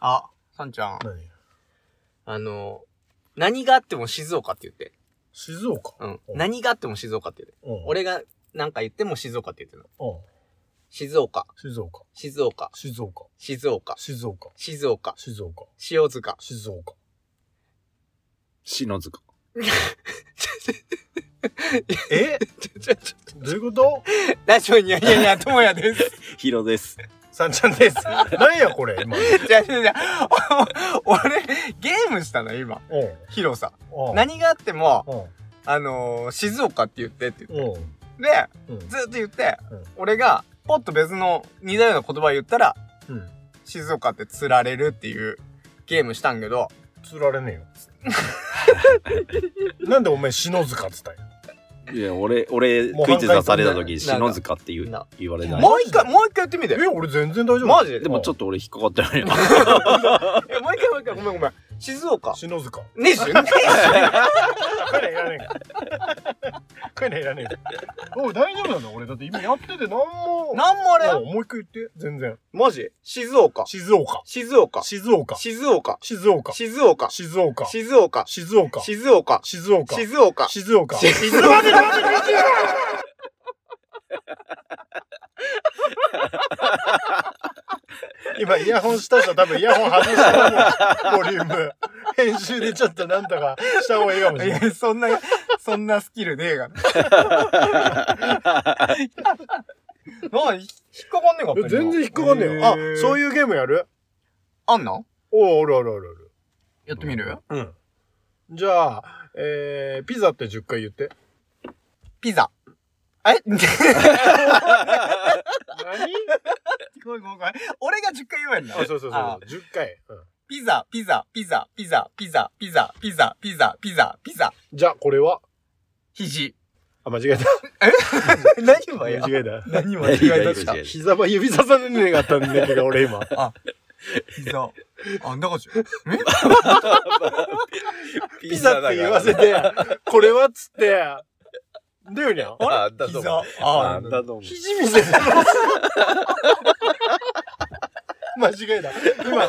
あ、さんちゃん、何あの、何があっても静岡って言って。静岡うん。うん何があっても静岡って言って。うん。俺が何か言っても静岡って言ってるの。うん。静岡、静岡。静岡、静岡。静岡、静岡。静岡、静岡。塩塚。静岡。篠塚。え どういうことラジオにやいやいや、ともやです。 ヒロです。さんちゃんです。何やこれ今。じゃあじゃあじゃあお 俺、ゲームしたの今。うん。広さ。うん。何があっても、うん。あのー静岡って言ってって言っうん。て。で、うん。ずっと言って、うん俺が、ポッと別の似たような言葉言ったら、うん。静岡って釣られるっていうゲームしたんけど、釣られね えよ。なんでお前篠塚っつったんや。いや、俺、俺、もうクイズ出された半回時、飛んだ篠塚って言なう言われない。もう一回、もう一回やってみて。え、俺全然大丈夫。マジ ででもちょっと俺引っかかってないな。えもう一回もう一回、ごめんごめん。静岡。篠塚。こねじゅういうのいらねえから。こういうのいらねえから。おい、大丈夫なの俺だって今やっててなん も。なんもあれうんもう一回言って。全然。マジ静岡。静岡。静岡。静岡。静岡。静岡。静岡。静静岡。岡。静岡。静岡。静岡。静岡。静岡。静うわ岡。待って待って待って今イヤホンした人多分イヤホン外したと思うボリュー ム。編集でちょっとなんとか した方がいいかもしいれない。や、そんな、そんなスキルねえ がな。なあ、ひ引っかかんねえかった。全然引っかかんねえよ。あ、そういう。いうゲームやるあんのおうあるあるあるやってみるある。うん。じゃあ、えー、ピザって10回言って。ピザ。え ごめん何ごめんごめん。俺が10回言えんだ。あ、そうそうそう。あ10回。うんピザ、ピザ、ピザ、ピザ、ピザ、ピザ、ピザ、ピザ、ピザ、ピザ、じゃあ、これは肘。あ、間違えた。何もや。間違え た。何も間違え違まい出ししたた。膝ば指さされねえかったんだけど、俺今。膝。 あんな感じ。ピザって言わせて。て、これはっつって、だよにゃん。あんたと膝も。。ああんたとも。肘見せて ます。間違えだ。今、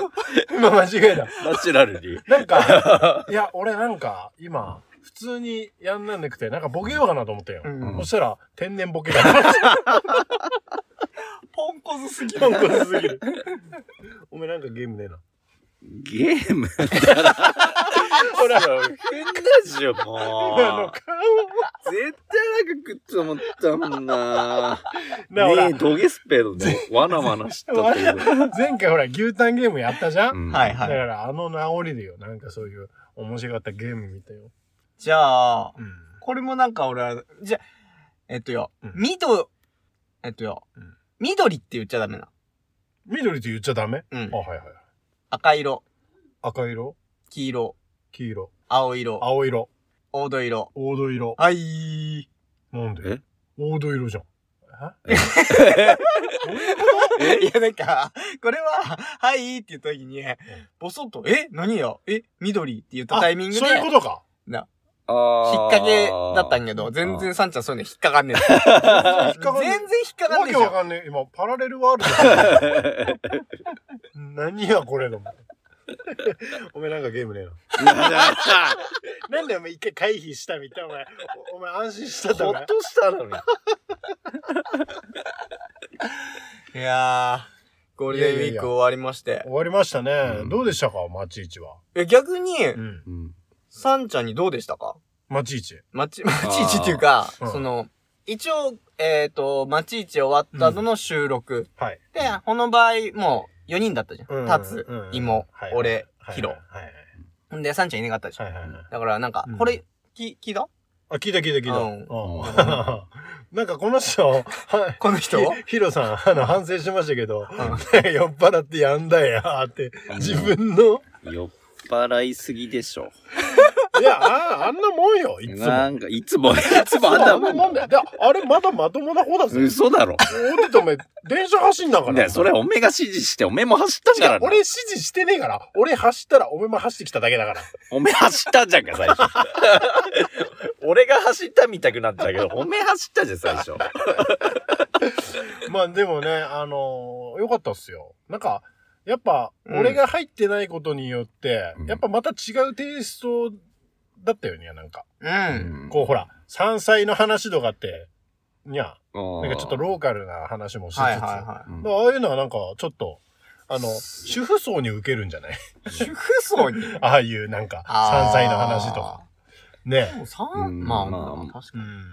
今間違えだ。ナチュラルに。なんか、いや、俺なんか、今、普通にやんなんなくて、なんかボケようかなと思ったよ。うんそしたら、天然ボケが。ポンコツすぎポる。ンコツすぎる。お前なんかゲームねえな。ゲームだな。ほら、変だっし ょ、も今のう。顔。絶対なんか食って思ったもんな。なほらねえ、土下スペードでわなわなしたという。前回ほら、牛タンゲームやったじゃん、うんはいはだいから、あの治りでよ、なんかそういう、面白かったゲーム見たよ。じゃあ、うん。これもなんか俺は、じゃ、えっとようん、みど、えっとようん、緑って言っちゃダメな。緑って言っちゃダメうんあ、。はいはい。赤色、赤色、黄色、黄色、青色、青色、黄土色。黄土色。はい。なんでえ黄土色じゃん。 いや、なんか、これは、はいって言った時に、ボソッと、え何やえ緑って言ったタイミングで、あそういう引こっとか。掛けだったんやや。けど、全然サンちゃんそういうの引っかかんね え。あ全然引っかかんわねえけじゃわん。かんねえ。今、パラレルワールド。 何や、これの。お前なんかゲームねえな。なんでお前一回回避したみたいな。お前、おお前安心しただほろっ。としたのに。 いやー、ゴールデンウィーク終わりまして終。わりましたね。うんどうでしたか町市は。え逆に、うん。 うんサンちゃんにどうでしたか町市。町、町市っていうか、うんその、一応、えっ、と、町市終わった後の収録。はい。で、この場合、もう、4人だったじゃん。うんタツうん、妹、はい俺、はいヒロは。いはいんで、サンちゃんいなかったでしょ。はいはいはい。だから、なんかうん、これ、き、聞いたあ、聞いた聞いた聞いた。ううんん なんかこの人、はこの人ひ ヒロさん、あの、反省しましたけど、う 酔っ払ってやんだよって、自分の、酔っ払いすぎでしょ。いや、ああんなもん よ、いつも。なんか、いつも、いつもあんあなんなももんんだよ。であれ、まだまともな方だぜ。嘘だろ。俺ってお前、電車走んだから。ねそれおめが指示して、おめも走った違からうな。俺指示してねえから。俺走ったら、お前も走ってきただけだから。おめ走ったじゃんか、最 初。俺が走ったみたくなったけど、おめ走ったじゃん、最初。まあでもね、あのー、よかったっすよ。なんか、やっぱ、うん俺が入ってないことによって、うんやっぱまた違うテイストだったよね、なんか。う。うんんこうほら、山菜の話とかって、にゃ、ななんかちょっとローカルな話もしつつ、はいはいはうんだからああいうのはなんかちょっと、あの、主婦層に受けるんじゃない い。主婦層 に。ああいうなんか、山菜の話とか。。でね。もさ、うんまあまあまあ、確かうんに。。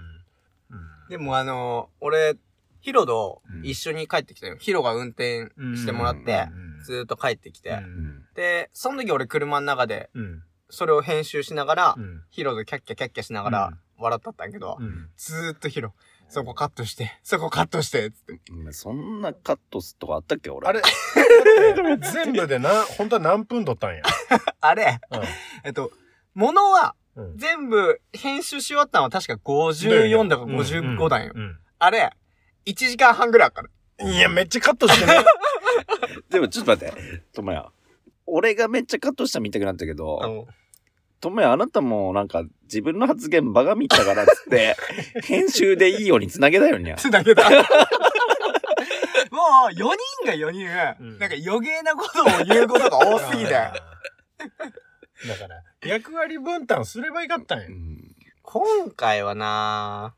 でもあのー、俺、ヒロと一緒に帰ってきたよ。ヒロが運転してもらって、ずーっと帰ってきて。うんで、その時俺車の中で、うん。それを編集しながらう、ん。ヒロとキャッキャキャッキャしながら笑ったったんやけど、うん。ずーっとヒロ、そこカットして、そこカットして、つって。うんそんなカットすとかあったっけ俺あれ、だって全部でな、本当は何分撮ったんや。あれ、うん えっと、ものはうん全部編集し終わったのは確か54だか55だよ。うんあれ、1時間半ぐらいあっから。うんいや、めっちゃカットして ね。でもちょっと待ってともや俺がめっちゃカットしたみたくなったけど、あのともやあなたもなんか自分の発言バカ見たからっつって 編集でいいようにつなげたよにゃつだけだ。もう、4人が4人、うんなんか余計なことを言うことが多すぎて。だから、役割分担すればよかったんやう。ん今回はな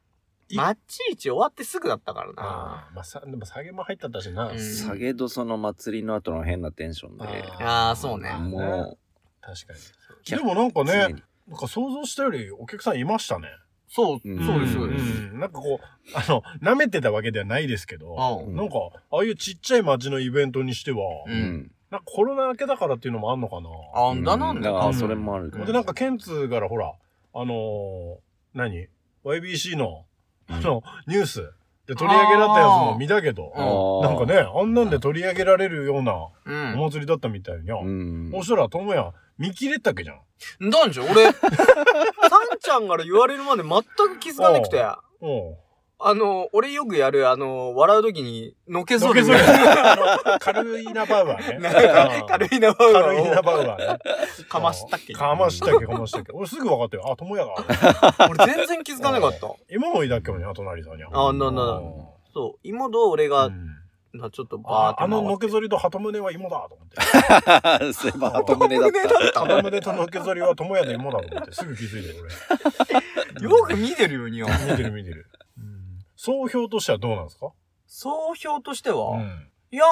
ぁ、いマッチ位置終わってすぐだったからなああ、まあさ、でも下げも入ったったしな。うん下げどその祭りの後の変なテンションであーそうねも確かに。いやでもなんかう常ね、になんか想像したよりお客さんいましたね。そううんそうですそうですん。んなんかこう、あの、舐めてたわけではないですけど、うんんなんか、ああいうちっちゃい街のイベントにしては、ううんんなんかコロナ明けだからっていうのもあんのかな。あんだなんだ。ううんんあーそれもあるうんで、なんか、ケンツからほら、あのー何 ?YBC の、あの、ニュースで取り上げられたやつも見たけど、あなんかね、あんなんで取り上げられるようなお祭りだったみたいにゃ。うんそしたら、ともや、見切れたっけじゃん。なんじゃ、俺、サンちゃんから言われるまで全く気づかなくて。うん。あの、俺よくやる、あの、笑うときに、のけぞる。のけぞる軽いなバウアーね。 なんか軽い軽いな、軽いなをバウアーね。かましたっけかましたっけ、かましたっけ。俺すぐ分かったよ。あ、ともやが。俺全然気づかなかった。今もいいだっけもね、隣さんにゃ。あなんだうんそう、今どう俺が、うんなちょっとバーっあてあ回のっのけぞりと鳩胸は芋だと思って。 そういえば鳩胸だった鳩胸とのけぞりは友やの芋だと思って。すぐ気づいて俺。てよく見てるよ、には。見てる見てる。総評としてはどうなんですか総評としてうは、ん。いや、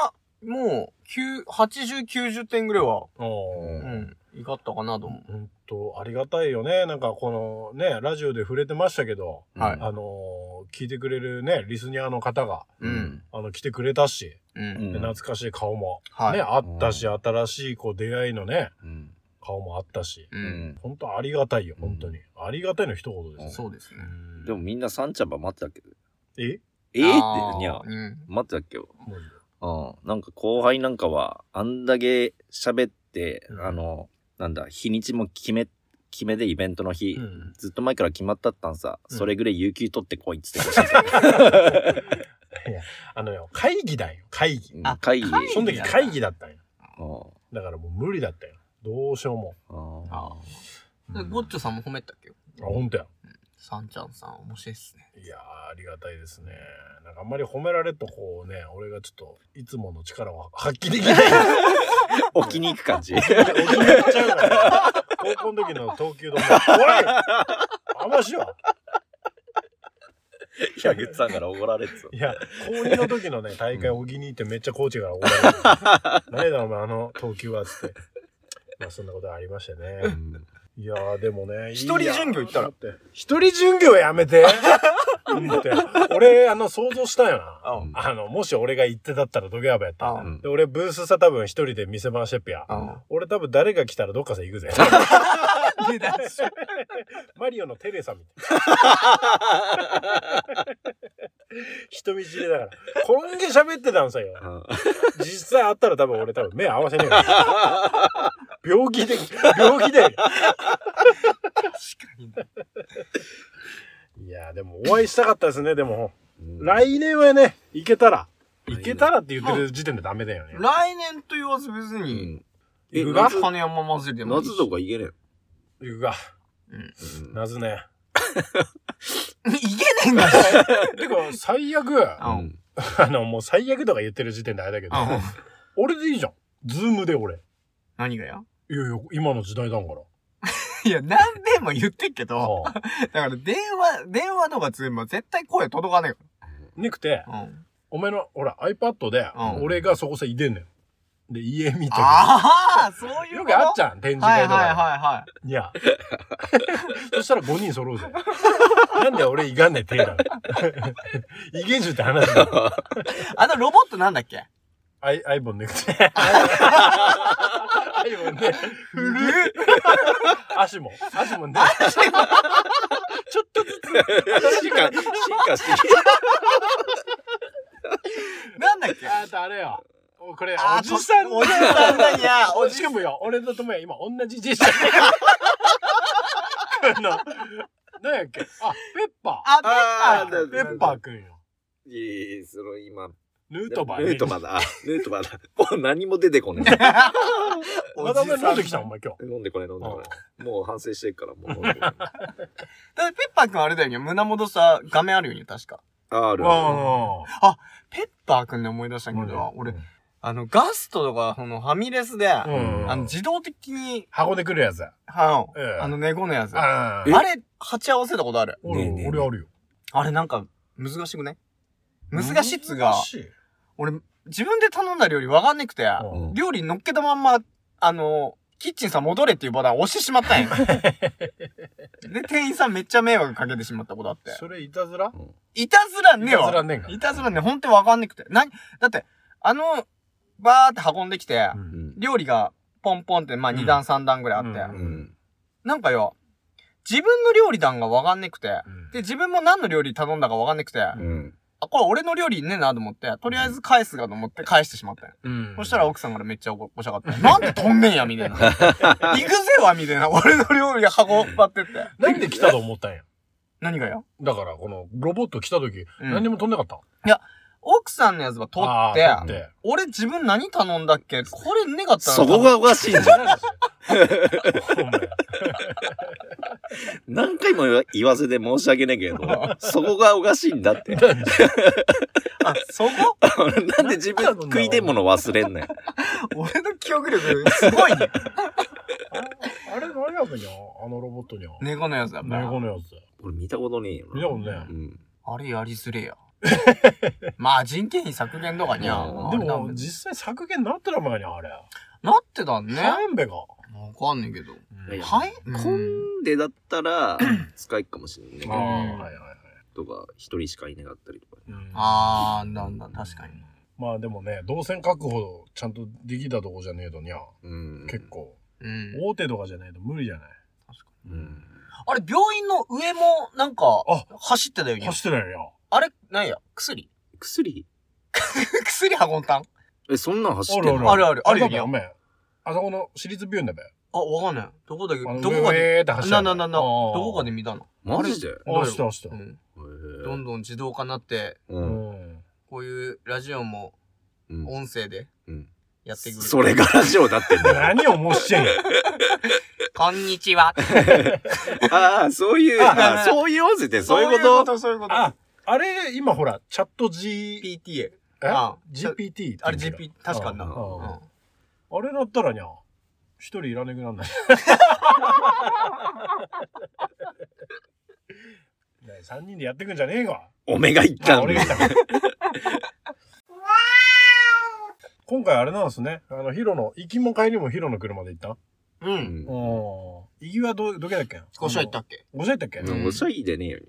もう、9 80、90点ぐらいは、おうーん、いかったかなと思う。本当ありがたいよね。なんかこのね、ラジオで触れてましたけど、はいあのー聞いてくれるね、リスニアの方が、うん。あの、来てくれたし、ううんん。で懐かしい顔も、はね、い。あったし、新しいこう出会いのね、うん顔もあったし、う。うんん本当ありがたいよ、本当に。ありがたいの一言ですね。そうですね。うんでも、みんなサンちゃんば待ってたっけどええーあーってにゃうん。待ってたっけよマジうん、なんか後輩なんかはあんだけ喋って、うんあのなんだ日にちも決め決めでイベントの日、でうんずっと前から決まったったんさ、うんそれぐらい有給取ってこいっつってほしいあのよ、会議だよ、会議。あ会議会議その時会議だったんよ。うんだからもう無理だったよ。どうしようも。うんあうで、んゴッチョさんも褒めたっけよ。あ、本当や。サンちゃんさん、面白いっすね。いやーありがたいですね。なんかあんまり褒められるとこうね、俺がちょっといつもの力を発揮できない。置きに行く感じ俺に言っちゃうから高校の時の投球のもう、おいあんましよ矢口さんから怒られてたういや、高二の時のね、大会おぎにってめっちゃコーチから怒られてる。何だお前あの投球はっつって。まあそんなことありましたね。いやーでもね。一人巡業行ったらいいやー。待って一人巡業やめて。待って俺、あの、想像したよな。あうんあの、もし俺が行ってだったらどげやばやった。あうんで、俺ブースさ多分一人で店番してっぺや。あ俺多分誰が来たらどっかさ行く ぜ。マリオのテレサみたい な。人見知りだから。こんげ喋ってたんさよ。うん実際会ったら多分俺多分目合わせねえから。病気で、病気で。確かに。いや、でもお会いしたかったですね、でも。うん来年はね、行けたら。来年行けたらって言ってる時点でダメだよね。来年と言わず別うに、んえ行くが夏金山祭りでもいいし。夏とか言えね行くか。えのなぜね。 いけねえんだてか、最悪、 あうんあの、もう最悪とか言ってる時点であれだけど、あ俺でいいじゃん。ズームで俺。何がやいやいや、今の時代だから。いや、何遍も言ってっけど、ああだから電話、電話とかズームは絶対声届かねえかにくて、ら。うん。お前の、ほら、iPad でう、ん俺がそこさ、いでんねん。で、家見てる。ああ、そういうよことくあっちゃん、展示はいはい会とか。はいはいや。 そしたら5人揃うぜ。なんで俺いがんねえ手だ。いげんじゅって話だよ。い。あのロボットなんだっけアイ、アイ ボン抜くて。アイボンね。古足も。足もね。ちょっとずつ、進化、進化してきなんだっけあとあれよ。おこれ、あおじさんおじさんだにゃ。おおじしかもよ、俺と友也今同じじいちゃ ん。この、なんやっけあ、ペッあ、ペッパパー。ーあだペッパーくんよ。た。いい、その今。ヌートバー。ヌートバーだ。あヌートバーだ。もう何も出てこねまだお前飲んできたおじさお前今え。飲んでこれ飲んでこ日。れ。もう反省してるから、もう飲んでこれ。だってペッパーくんあれだよね。胸元さ、画面あるよね、確か。ある。あペッパーくんで思い出したあけど、俺、あの、ガストとか、その、ファミレスで、あうん。の、自動的に、箱で来るやつ。は、うんんあの、猫のやつ。ああえあ。れ、鉢合わせたことある。俺、ねえねえ俺あるよ。あれ、なんか、難しくね難しいっつうが難、しい俺、自分で頼んだ料理わかんなくて、うん料理乗っけたまんま、あの、キッチンさん戻れっていうボタン押してしまった んよ。で、店員さんめっちゃ迷惑かけてしまったことあって。それいたずらいたずらねえいたずらわ。ねえかいたずらねえ、ほんとわかんなくて。なに、だって、あの、バーって運んできて、ううんん。料理がポンポンって、まあうん2段3段ぐらいあって。うんうん。なんかよ、自分の料理段がわかんなくて、で、自分も何の料理頼んだかわかんなくて、あ、うん。これ俺の料理ねえなと思って、とりあえず返すがと思って返してしまったよ。うんそしたら、奥さんからめっちゃおこしゃかって。なんで飛んねんや、みた いな。行くぜわ、みたいな。俺の料理運ばってって。なんで来たと思ったんや。何がよだから、この、ロボット来た時、うん何にも飛んなかった。奥さんのやつは取あって、ー取って。俺自分何頼んだっけこれねかったなそこ。がおかしいじゃん。 お前何回も言わ言わせて申し訳ない けど、そこがおかしいんだって。 あ、そこなんで自分食いてんもの忘れんねん。俺の記憶力すごい ね。あれ、何やったんやあのロボットにゃ。猫のやつだから。猫のやつ。俺見たことねえよな。見たことねえうん。あれやりづれえや。まあ人件費削減とかにゃ。うんであれなんも、だけ実際削減なってたもんやねあれ。どなってたんね。わ半べが。かんねえけど。いやはい混んでだったら、使いっかもしれないけあどあ、はいはいはい。とか、一人しかいなかったりとか。うんあー、なんだ、確かに。。まあでもね、動線確保ちゃんとできたとこじゃねえとにゃ、うん。結。構。うん。大手とかじゃないと無理じゃない。うん。あれ、病院の上も、なんか、あ走ってたよね。走ってないよあれ、なんや、薬薬 薬運んだんえ、そんなん走ってにゃ。んのあるあるあるよだべおめえあそこの私立病院だべ。あ、わかんない。どこだっけあのどこかで、えーって走ってなるななな、あどーこかで見たのマジであ走った走っうた。ん。どうんどん自動化になって、ん。こういうラジオもうん。音声でうん。やってくる。それがラジオだってんだよ。 何をもしてんの こんにちは。ああ、そういう、ああそういう音声って そういうことそういうこあ、あれ、今ほら、チャット G、 PTA。えあ GPT って言あれうんだけど GP、確かにな。ううんんああれだったらにゃ、一人いらねくなんない。ね三人でやってくんじゃねえか。おめが言っまたあん俺がだ言った 今回あれなんですね。あの、ヒロの、行きも帰りもヒロの車で行った。う。うんん。行きはど、どけだっけごしゃ行った。っけごしゃ行ったっけ、んうんおしゃいでねえよ。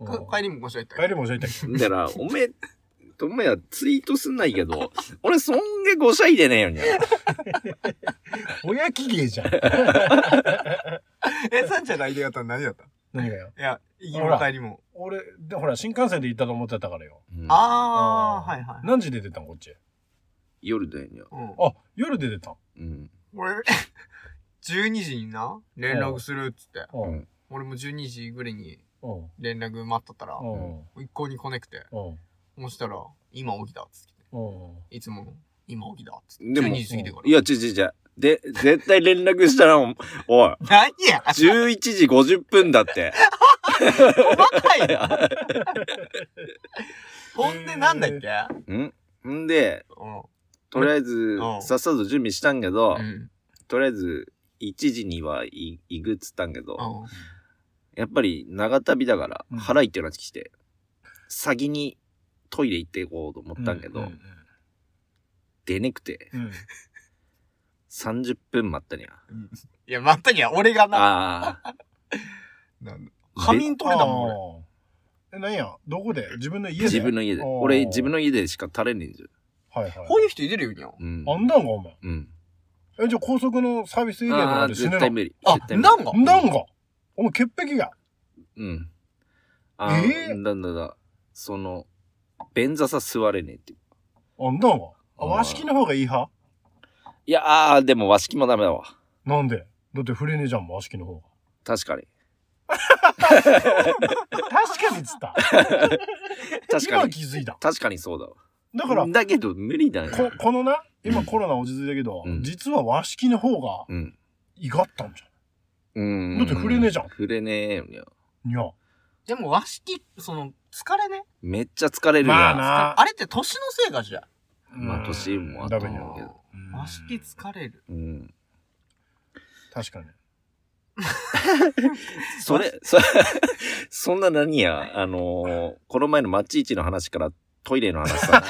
うんか帰りもごしゃ行ったっ帰けりもごしゃ行ったっけだから、おめえ、ともやツイートすんないけど、俺そんげごしゃいでねえよにゃ。親機芸じゃん。え、さんちゃんのアイデアだったら何だったい何がよ。や、行きほもら帰りも。俺、で、ほら、新幹線で行ったと思ってたからよ。ああー、はいはい。何時で出たんこっち。夜だよにゃ。うん。あ、夜で出たん。うん。俺、12時にな、連絡するっつって。うん。うん俺も12時ぐらいにうん。連絡待っとったら、うん。一向に来なくて。うん。そしたら、今起きたっつって。うん。いつもの、今起きたっつって。でも12時過ぎてから。いや、ちうちうちう。で、絶対連絡したら、おおい、 何や11時50分だって。細かいな。ほんでなんだっけんんで、うん。とりあえずう、んさっさと準備したんけど、うん。とりあえず、1時にはい、いぐっつったんけど、うんやっぱり長旅だからうん腹いってなってきて、先にトイレ行っていこうと思ったんけど、うんうん出ねくて、うん30分待ったにゃ。いや、まったには俺がな、ああ。なんだ仮眠取れたもん、俺。あーえ、なんやどこで自分の家で自分の家で。あー俺、自分の家でしか垂れねえんじはいはい。こういう人いるよ、にゃ。ゃん。うん。あんだんが、お前。うん。え、じゃあ高速のサービスエリアとあかあ、で死ね絶な対無理。あ絶、対無理なんがんだんが。お前、潔癖が。うん。あーえーなんだなんだ。その、便座さ座れねえっていう。あんだんが。あ、あー和式の方がいい派いや、ああー、でも和式もダメだわ。なんでだって触れねえじゃん、和式の方が。確かに。 確かにっつった。確か今に。気づいた。確かにそうだわ。だから、だけど、無理だね。こ、このな、今コロナ落ち着いたけど、うん実は和式の方がうん。いがったんじうん。だって触れねえじゃん触れねえよにゃ。ゃん。いや。でも和式、その、疲れね。めっちゃ疲れるよ。まあなあれって年のせいかじゃ。まあ、年もあったと思うけダメど。メ和式疲れる。うん。確かに。それ、そ、 そんな何や、あのーこの前のマチイチの話からトイレの 話さ。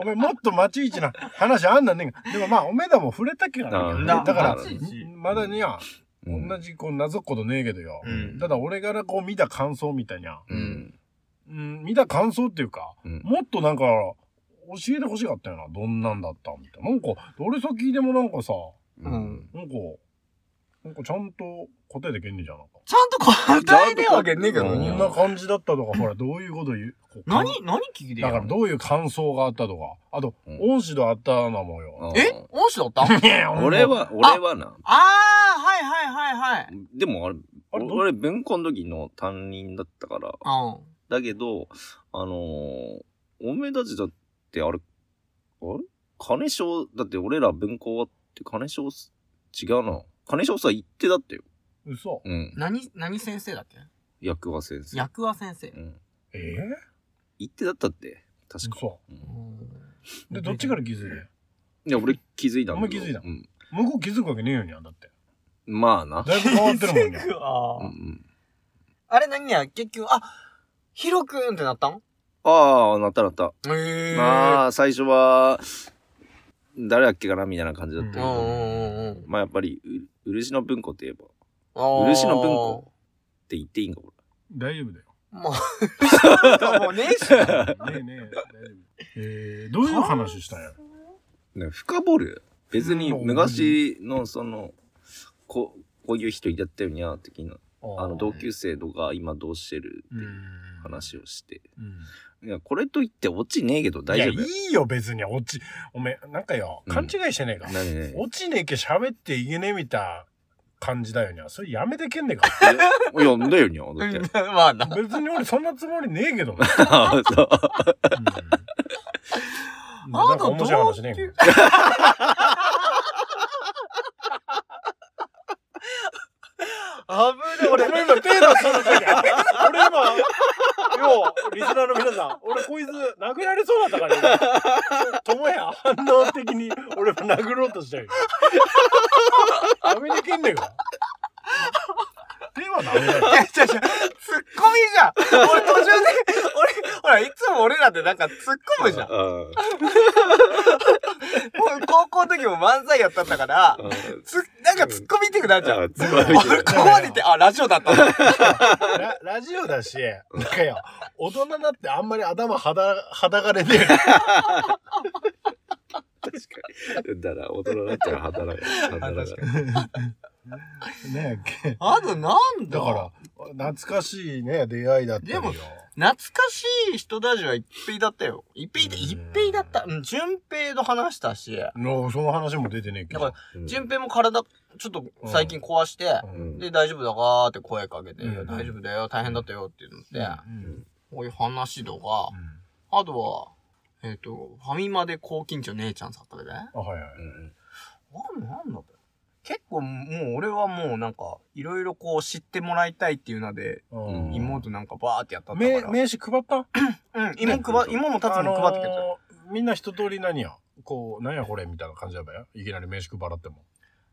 お前もっと待ち位置な話あんなんねんが。でもまあ、おめだも触れたけどあね。ーだからまあ、まだにゃ、うん同じこう、なぞっことねえけどよ。うんただ、俺からこう見た感想みたいにゃ、うん。うん、見た感想っていうか、うん。もっとなんか、教えてほしかったよな。どんなんだったみたいな。なんか、俺さ聞いてもなんかさ、うん。なんか、なんかちゃんと答えてけんねえじゃん。なんかちゃんと答えねえわけねえけどうんにこんゃ。な感じだったとか、ほら、どういうこと言う。こう何、何聞いてんだから、のどういう感想があったとか。あと、うん恩師とあったのもよ。あーえ恩師だったあ いや俺。は、俺はな。あー、はいはいはいはい。でもあれ、あれど俺、文庫の時の担任だったから。うん。だけど、あのーおめえたちだって、あれ、あれ金賞、だって俺ら文庫終わって金賞す、違うな。金賞さ、行ってだってよ。嘘。うん。何、何先生だっけ役は先生。役は先生う。ん。え行ってだったって、確か。嘘。うんで、どっちから気づいていや、俺気づいたんだけおど。前気づいたうん。向こう気づくわけねえよにゃんだって。まあな。だいぶ変わってる もんね。あうんうん、あれ何や結局、あ、ヒロくんってなったんああ、なったなった。へえまあ、最初は、誰だっけかなみたいな感じだったけうど。んうんうんうん。まあ、やっぱり、う漆の文庫って言えば、っあー漆の文庫て言っていいんか、俺。大丈夫だよ。まあ、漆の文庫はもうねえし。 ねえねえ、大丈夫。えー、どういう話したんや ね、深掘る別にうん昔のそのここういう人いたったよにゃー的なあの同級生とか今どうしてるっていう話をしてうん。いやこれといってオチねえけどい大や、丈い夫いよ、別に。落ち、おめえ、なんかよ、うん勘違いしてねえか。何ね落ちねえけ喋って言えねえみたいな感じだよにゃ。それやめてけんねえか。いやんだよにゃーだ ってまあな。別に俺そんなつもりねえけどな。そううん なんか面白い話ねえか。あぶね、俺。俺今手出したの時俺今、よう、リスナーの皆さん、俺こいつ殴られそうだったから今、ともや反応的に俺も殴ろうとしたよ。やめてけんねえか。手はダメだよい。や、ちゃちゃ、ツッコミじゃん。俺途中で、俺、ほら、いつも俺らってなんか突っ込むじゃん。もう高校の時も漫才やったんだから、つ、なんか突っ込みってくなっちゃう。俺、ここまで行って、あ、ラジオだったんだ。ララジオだし、なんかよ、大人になってあんまり頭はだ、はだがれねえ。確かにだから大人になったら働く 働くねえ、あとなんだだから、懐かしいね、出会いだったりよ。でも懐かしい人たちは一平だったよ。一平で、うん一平だった。うん、順平と話したし、のその話も出てねえけだどか。順平も体、ちょっと最近壊して、うんで、大丈夫だかーって声かけて、うん大丈夫だよ、大変だったよっていうのって、うんこういう話とか、あとは、えっ、と、ファミマで高緊張姉ちゃんさったでね。あ、はいはい。なんなんだべ結構もう俺はもうなんか、いろいろこう知ってもらいたいっていうので、うん妹なんかバーってやったんだかめら。名刺配ったうん、芋くば、芋も立つも配ってくれたよ。あのーみんな一通り何やこう、何やこれみたいな感じやばよ。いきなり名刺配らっても。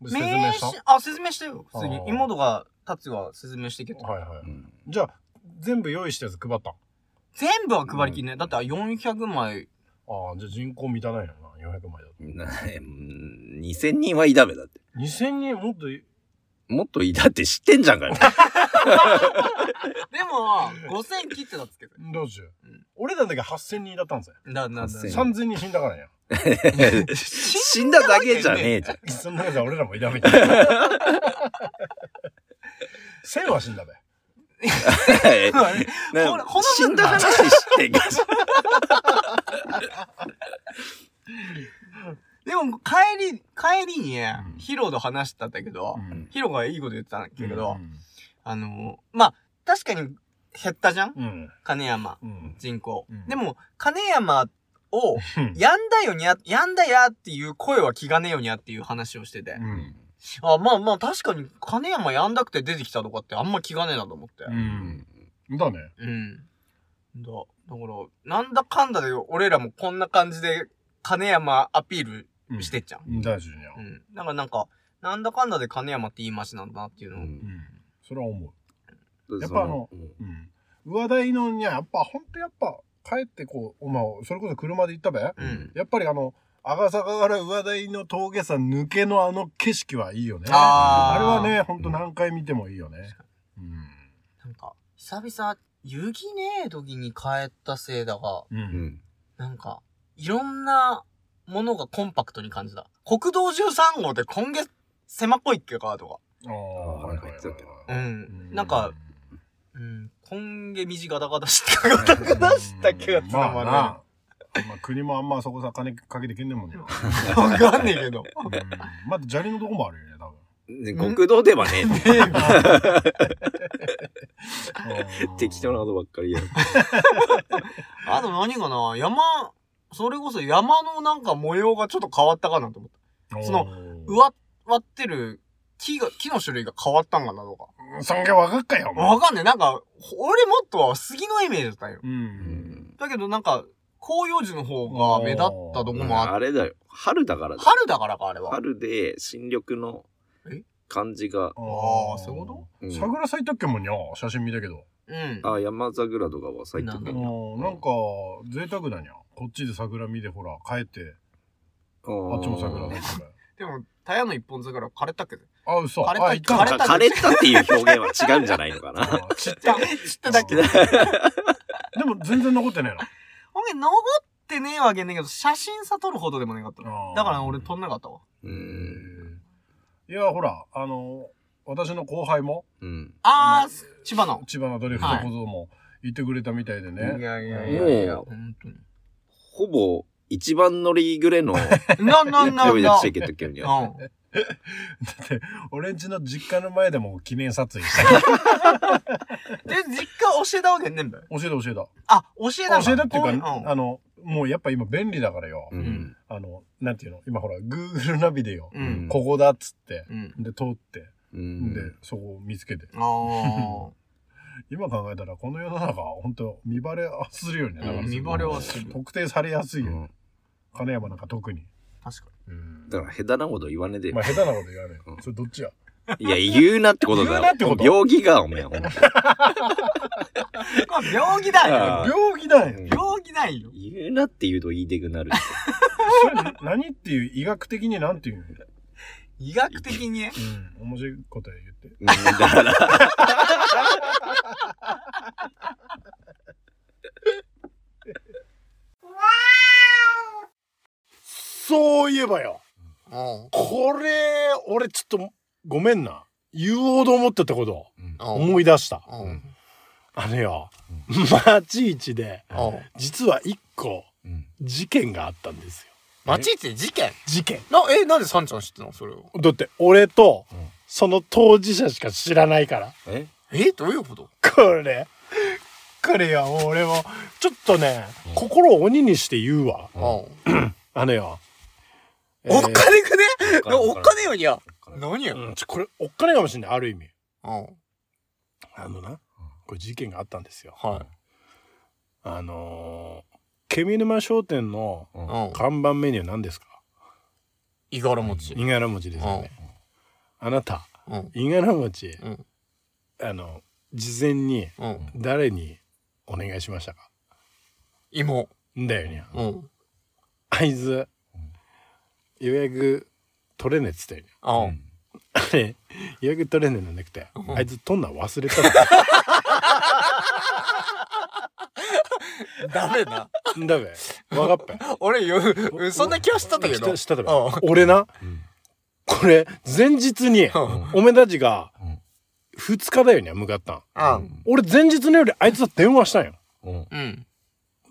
説説明明したしあ、説明したよ。普通にあ。ー妹が、達が説明してきて。はいはい。うんじゃあ、全部用意したやつ配ったん全部は配りきんね。だって400枚。ああ、じゃあ人口満たないよな、400枚だと。なうん2000人 はいだべだって。 2000人もっとい、もっといだって知ってんじゃんかよ。でも、5000切ってたっつけど。どうしよううん俺らだけ8000人だったんすよ。だ、な、だ。 8000 3000人死んだからや。死んだだけじゃねえじゃん。そんなやつは俺らもいらめ。1000は死んだべ。ねなほらほの死んだ話してんか。でも、帰り、帰りにねうん、ヒロと話したんだけど、んヒロがいいこと言ってたんだけど、うんあのーまあ、確かに減ったじゃんうん。金山、うん。人口。うんでも、金山を、うんやんだよにゃ、やんだやっていう声は気がねえよにゃっていう話をしてて。うん。あ、まあまあ、確かに金山やんだくて出てきたとかってあんま気がねえなと思って。うん。だね。うん。だ、だから、なんだかんだで俺らもこんな感じで金山アピールしてっちゃう。うん。大事にゃう。ん。だからなんか、なんだかんだで金山って言いましなんだなっていううのを。うんん。それは思だやっぱあのそうんう。うん。上台のにゃ、やっぱ、ほんとやっぱ、帰ってこう、お前、それこそ車で行ったべ。やうん。っぱりあの、赤坂から上台の峠さ抜けのあの景色はいいよね。あーあれはね、ほんと何回見てもいいよね。うなんか、久々、雪ねえ時に帰ったせいだが、ん。う。うんんなんか、いろんなものがコンパクトに感じた。国道13号で今月狭っこいっけか、とか。ああ、腹減ってたけどう。うんなんか、、うん、今月短ガタガタしたうガんタガタした気がつまたあまなね。あんま国もあんまそこさ金かけてけんねんもんね。わかんねえけど。うんまだ砂利のとこもあるよね、多分。ね国道ではねえの うん 適当なことばっかりやる。あと何かな山、それこそ山のなんか模様がちょっと変わったかなと思った。その、う、わ、割ってる木が、木の種類が変わったんかなとか。うんそんげわかっかよ、お前わかんねえ。なんか、俺もっとは杉のイメージだったんよ。うんうんだけどなんか、紅葉樹の方が目立ったとこもあっあれだよ。春だからだよ春だからか、あれは。春で新緑のえ感じが、あーそういうこうん桜咲いたっけもんにゃ、写真見たけど。うん。あ山桜とかは咲いてうくんうるんのなんか、贅沢だにゃ。こっちで桜見て、ほら、帰って、あっちも桜だったから。でも、タヤの一本桜枯れたっけど。あ、嘘。枯れたあ、行ったんだれた枯れたっていう表現は違うんじゃないのかな。あちっだ、知ってたっけど。ほんでも全然残ってねで残ってねえわけねえけど、写真さ撮るほどでもねえかったえ。な。だから俺撮んなかったわ。う。うんんいや、ほら、あの、私の後輩も、うん。あー、千葉の。千葉のドリフト小僧も言ってくれたみたいでね。いやいやもいやいや。うほんとに。ほぼ一番乗りぐらいのな、な、な、な。勢いでうついてったけどには。ん。だって、俺んちの実家の前でも記念撮 影した。で、実家教えたわけねえんだよ。教えた教えた。あ、教えたんだ教えたっていうこか、あの、もうやっぱ今便利だからよう。ん。あの、なんていうの今ほら、Google ナビでよ。うん。うん。ここだっつって。うん。で、通って。うんで、そこを見つけて。あ今考えたら、この世の中、本当見バレはするよね。だかあ。ら見バレはする。特定されやすいよね。うん金山なんか特に。確かだから下手なこと言わねえでよまあ、下手なこと言わないよう。んそれどっちや。いや、言うなってことだ言よ。うなってこと病気が、おめえ。ほんとに。これ病気だよ。あ病気だよ。病気ないよ。言うなって言うと言いてくなる。それ何っていう、医学的に何ていうの医学的にね。うん。面白いこと言って。うんだから、そういえばよ。うん。これ、俺ちょっと、ごめんな。言おうと思ってたこと、うん。思い出した。うん。あのよ、町市で、実は一個、事件があったんですよ。町って事件事件。な、え、なんでサンちゃん知ってんのそれを。だって、俺とうん、その当事者しか知らないから。ええ、どういうことこれ、これよ、もう俺も、ちょっとね、心を鬼にして言うわ。うん。おあのよ。っかえねくねえーおっかねよにゃ。何やーうん、ちょこれ、おっかねえかもしれない、ある意味。うん。あのな、これ事件があったんですよ。はあのーケミ沼商店のうんうん看板メニュー何ですかいがら餅。いがら餅ですよね。あなた、うん。いがら餅、うんあの、事前にうん。誰にお願いしましたか芋。んだよにゃ。うん。あいつ、予約取れねえっつったよにゃ。ああ。あれ、予約取れねえなんなくて、うんあいつ取んの忘れたの。ダメだ。ん だべ。わかっぺ。俺、よ、そんな気はしたんだけしどた。しただべうん。俺な、うんこれ、前日に、うん。おめたちがうん、 2日だよにゃ、向かったん。あん。俺前日のよりあいつと電話したんよ。うんうん。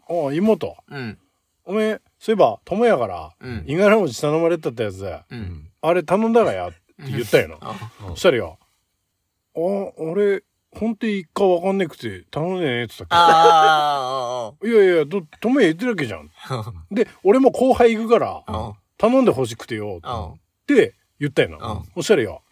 おう妹。うん。おめえ、そういえば、友也から、うんいがら餅頼まれたってやつ、うん。あれ頼んだらやって言ったよな。あうんそしたらよ、あ、俺、ほんと一回わかんねくて頼んでねえって言ったっあけ。いやいや、と友也言ってるわけじゃん。ー。あで、俺も後輩行くから、あ。あ頼んでほしくてよ、あ。あって言ったよう。なんそしたらよ、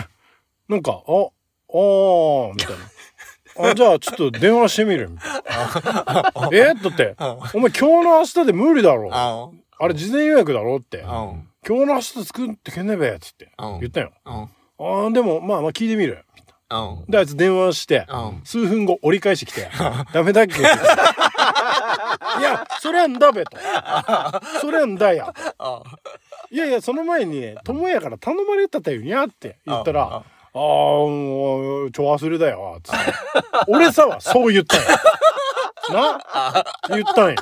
なんか、あ、あー、みたいな。あ、じゃあちょっと電話してみる、みたいな。えだって、あ。お前今日の明日で無理だろ。あああ。れ事前予約だろって。今あ日の明日作ってけんねべ、つってあ。言ったよ。あ。あー、でもまあまあ聞いてみる。あで、あいつ電話して、あ。数分後折り返してきて、 ダメだっけって言っていや、それはんだべと。それはんだ や。あいやいや、その前に、友也から頼まれたたよにゃって言ったら、あああー、うんちょ忘れだよ、つって。俺さはそう言ったよ。な言ったんよ。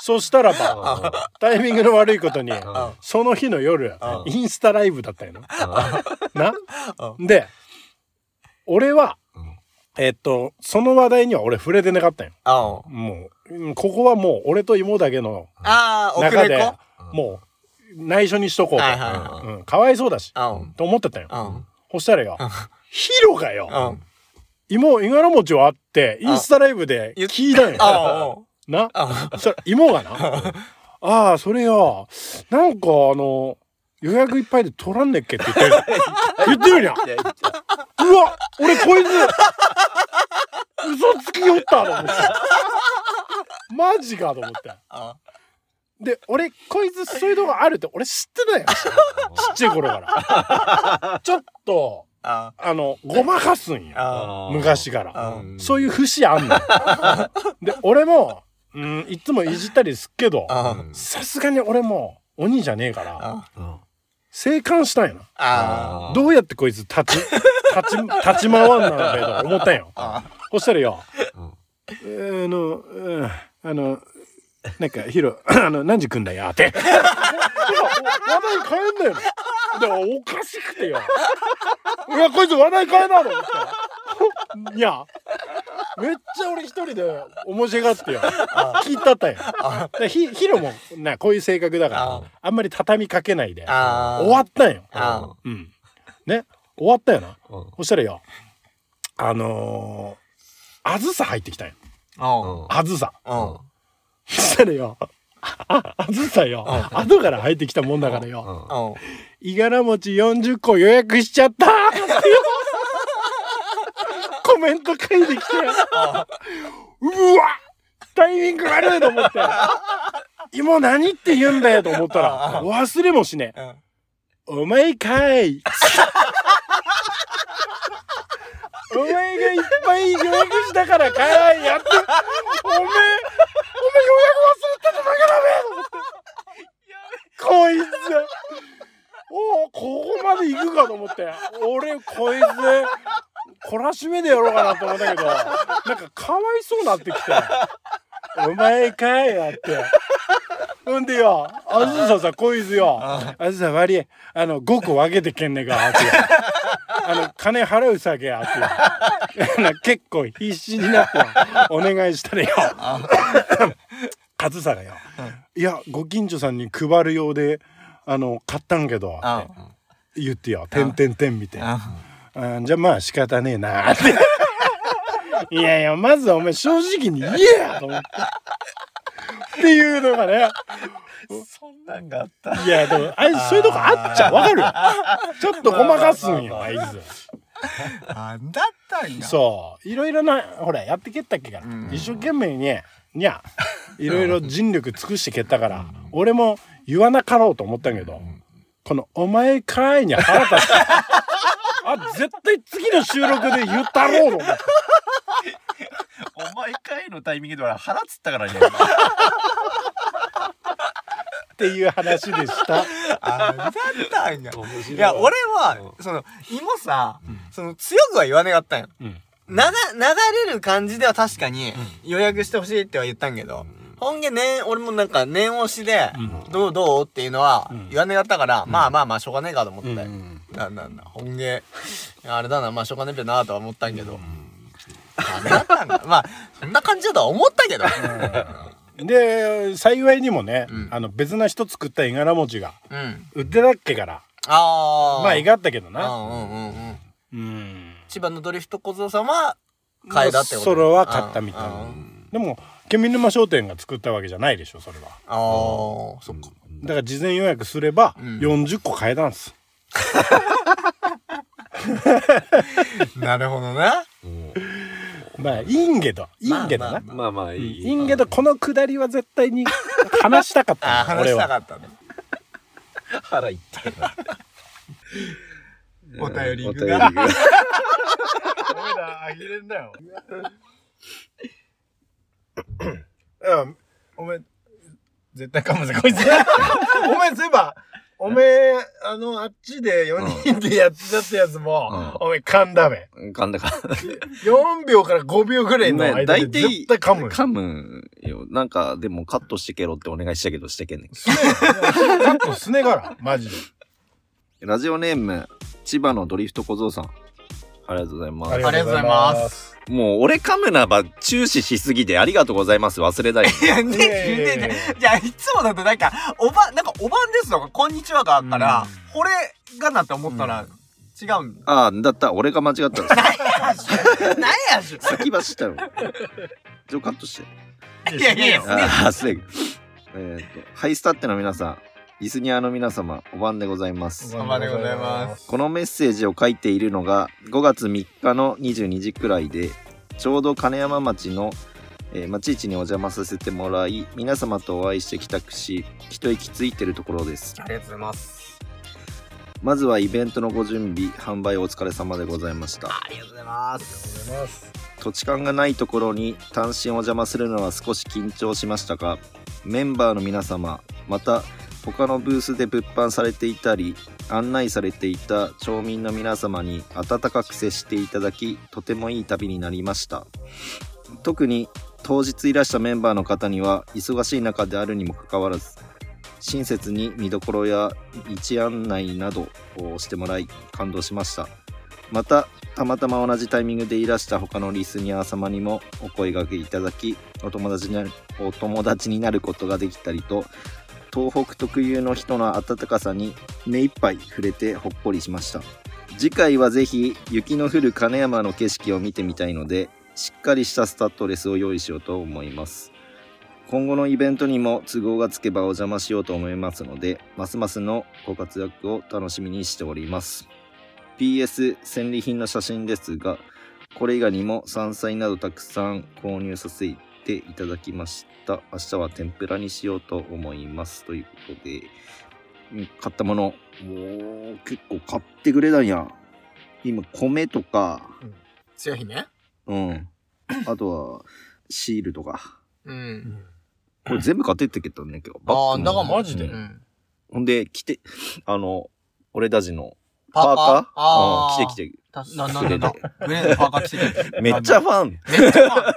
そしたらば、タイミングの悪いことに、その日の夜、インスタライブだったよな。 なで、俺は、えっと、その話題には俺触れてなかったんよ。あ。もううん、ここはもう俺と妹だけのああ、遅中れで子、もう内緒にしとこうと。はいはい。うん、かわいそうだし、あん。と思ってたよ。あん。そしたらよ、ヒロがよ、あん。妹、いがら餅はあって、インスタライブで言っ聞いたんよ。あな、あ。そしたら妹がな、ああ、それよ、なんかあの、予約いっぱいで取らんねっけって 言ってる。言ってるじゃん。うわ、俺こいつ、嘘つきよったと思って。マジかと思って。あで、俺、こいつそういうとこあるって俺知ってたよ。ちっちゃい頃から。ちょっと、あ。あの、ごまかすんよ。あ昔かあら。あ。そういう節あんのよ。で、俺も、うん、いつもいじったりすっけど、あさすがに俺も、鬼じゃねえから、あ。生還したんやな。あどうやってこいつ立ち、立 ち、立ち回んなのべと思ったんよ。あ。そしたらよ、うんえーあの、うんあの、なんか、ヒロ、 あの、何時来んだよって。今、話題変えんだよ。でも、おかしくてよ。いや、こいつ話題変えなのって。いや、めっちゃ俺一人で面白がってよ。聞いたったよ。でヒヒロも、な、こういう性格だから、ああんまり畳みかけないで、あ。終わったんよ。あうん。ね、終わったよな。そしたらよ、あのー、あずさ入ってきたんよ。あ。あずさ。 あそしたらよ、 あ、あずさよ、後から入ってきたもんだからよ、あ。いがら餅40個予約しちゃったってよコメント書いてきて、うわタイミング悪いと思って、今何って言うんだよと思ったら、忘れもしねえ。あ。お前かいお前がいっぱい予約したからかいやってお前お前予約忘れてただけだべと思ってこいつおおここまで行くかと思って俺こいつ懲らしめでやろうかなと思ったけどなんかかわいそうになってきて「お前かい」やって。ほんでよ、あずささ、こいつよ、あずさ割り、あの、5個分けてけんねんか、って。あの、金払うさけや、って。な結構必死になってよ、お願いしたらよ、あずさがよ、いや、ご近所さんに配る用で、あの、買ったんけど、あ。言ってよ、てんてんてんみたいな。あ。あじゃあまあ仕方ねえなって。いやいや、まずはお前正直に言えやと思って。っていうのがね。そんなんがあった。いや、でも、あいつそういうとこあっちゃわかるちょっとごまかすんよ、あいあ、だったんつ。や。そう。いろいろな、ほら、やってけったっけから。うん一生懸命に、いや、いろいろ尽力尽くして蹴ったから、俺も言わなかろうと思ったんやけど、このお前かいに腹立って。 あ、絶対次の収録で言ったろうと思って。お前回のタイミングで俺腹つったからね。っていう話でした。あだったんや。いいや、俺は、その、芋さ、その、強くは言わなかったんよ。うん。流、流れる感じでは確かに、予約してほしいっては言ったんけど、本家ね、俺もなんか念押しで、どうどうっていうのはん言わねがったから、まあまあまあしょうがねえかと思って、うんなんなんだ本芸あれだなまあしょうがねえべなとは思ったんけど、あれだったんだ まあそんな感じだとは思ったけど、で、幸いにもね、うんあの、別な人作った絵柄文字がうん、売ってたっけから、ああまあ、絵があったけどな。うんうんうんうんうん。千葉のドリフト小僧さんは買えたってことそれは買ったみたいあな。でも、県民沼商店が作ったわけじゃないでしょ、それは。あーそっかだから事前予約すれば、うん40個買えたんです。なるほどねまあ、いいんけど、いいんけどな。まあまあいい。いいんけど、このくだりは絶対に話したかっ あたあの。話したっかったね腹いったよな。 お便り行お便くりな行く。た。俺ら、あげれんだよ。 うん、お前、絶対噛むぜ、こいつ。 お前、そういえば、お前、あの、あっちで4人でやってたってやつも、お前噛んだべ。噛んだか。 4秒から5秒ぐらいのね間で大体絶対噛むよ。噛むよ。なんか、でもカットしてけろってお願いしたけどしてけんねん。すね、カットすねから、マジで。。ラジオネーム、千葉のドリフト小僧さん。ありがとうございます。がとうございますもう俺噛むなば注視しすぎてありがとうございます忘れたい。 いやねいやいやいや。ねじゃあいつもだとなんかおばなんかおばんですとかこんにちはがあったら、これがなって思ったら違うんだ。ああ、だったら俺が間違ったの。何やし、何やし。先走ったの。ちょ、カットして。いやいやいや。ああ、すでに。えっと、ハイスタっての皆さん、リスニアの皆様、お晩でございます。お晩でございますこのメッセージを書いているのが5月3日の22時くらいでちょうど金山町の、えー町市にお邪魔させてもらい皆様とお会いして帰宅し一息ついてるところですありがとうございます。まずはイベントのご準備販売お疲れ様でございましたありがとうございます。ありがとうございます。土地勘がないところに単身お邪魔するのは少し緊張しましたがメンバーの皆様また他のブースで物販されていたり案内されていた町民の皆様に温かく接していただきとてもいい旅になりました特に当日いらしたメンバーの方には忙しい中であるにもかかわらず親切に見どころや一案内などをしてもらい感動しましたまたたまたま同じタイミングでいらした他のリスニア様にもお声掛けいただきお友達になるお友達になることができたりと東北特有の人の温かさに目いっぱい触れてほっこりしました次回はぜひ雪の降る金山の景色を見てみたいのでしっかりしたスタッドレスを用意しようと思います今後のイベントにも都合がつけばお邪魔しようと思いますのでますますのご活躍を楽しみにしております PS 戦利品の写真ですがこれ以外にも山菜などたくさん購入させていただきました明日は天ぷらにしようと思いますということでうん買ったものもう結構買ってくれたんや今米とか強いね。うんあとはシールとかうん。これ全部買ってってけどね今日あーバッグもだからマジでうんうん。ほんで着てあの俺たちのパパーカーカーーあーうん着てきたななくれんだたグレーのパーカー着てる。てめっちゃファンめっちゃファン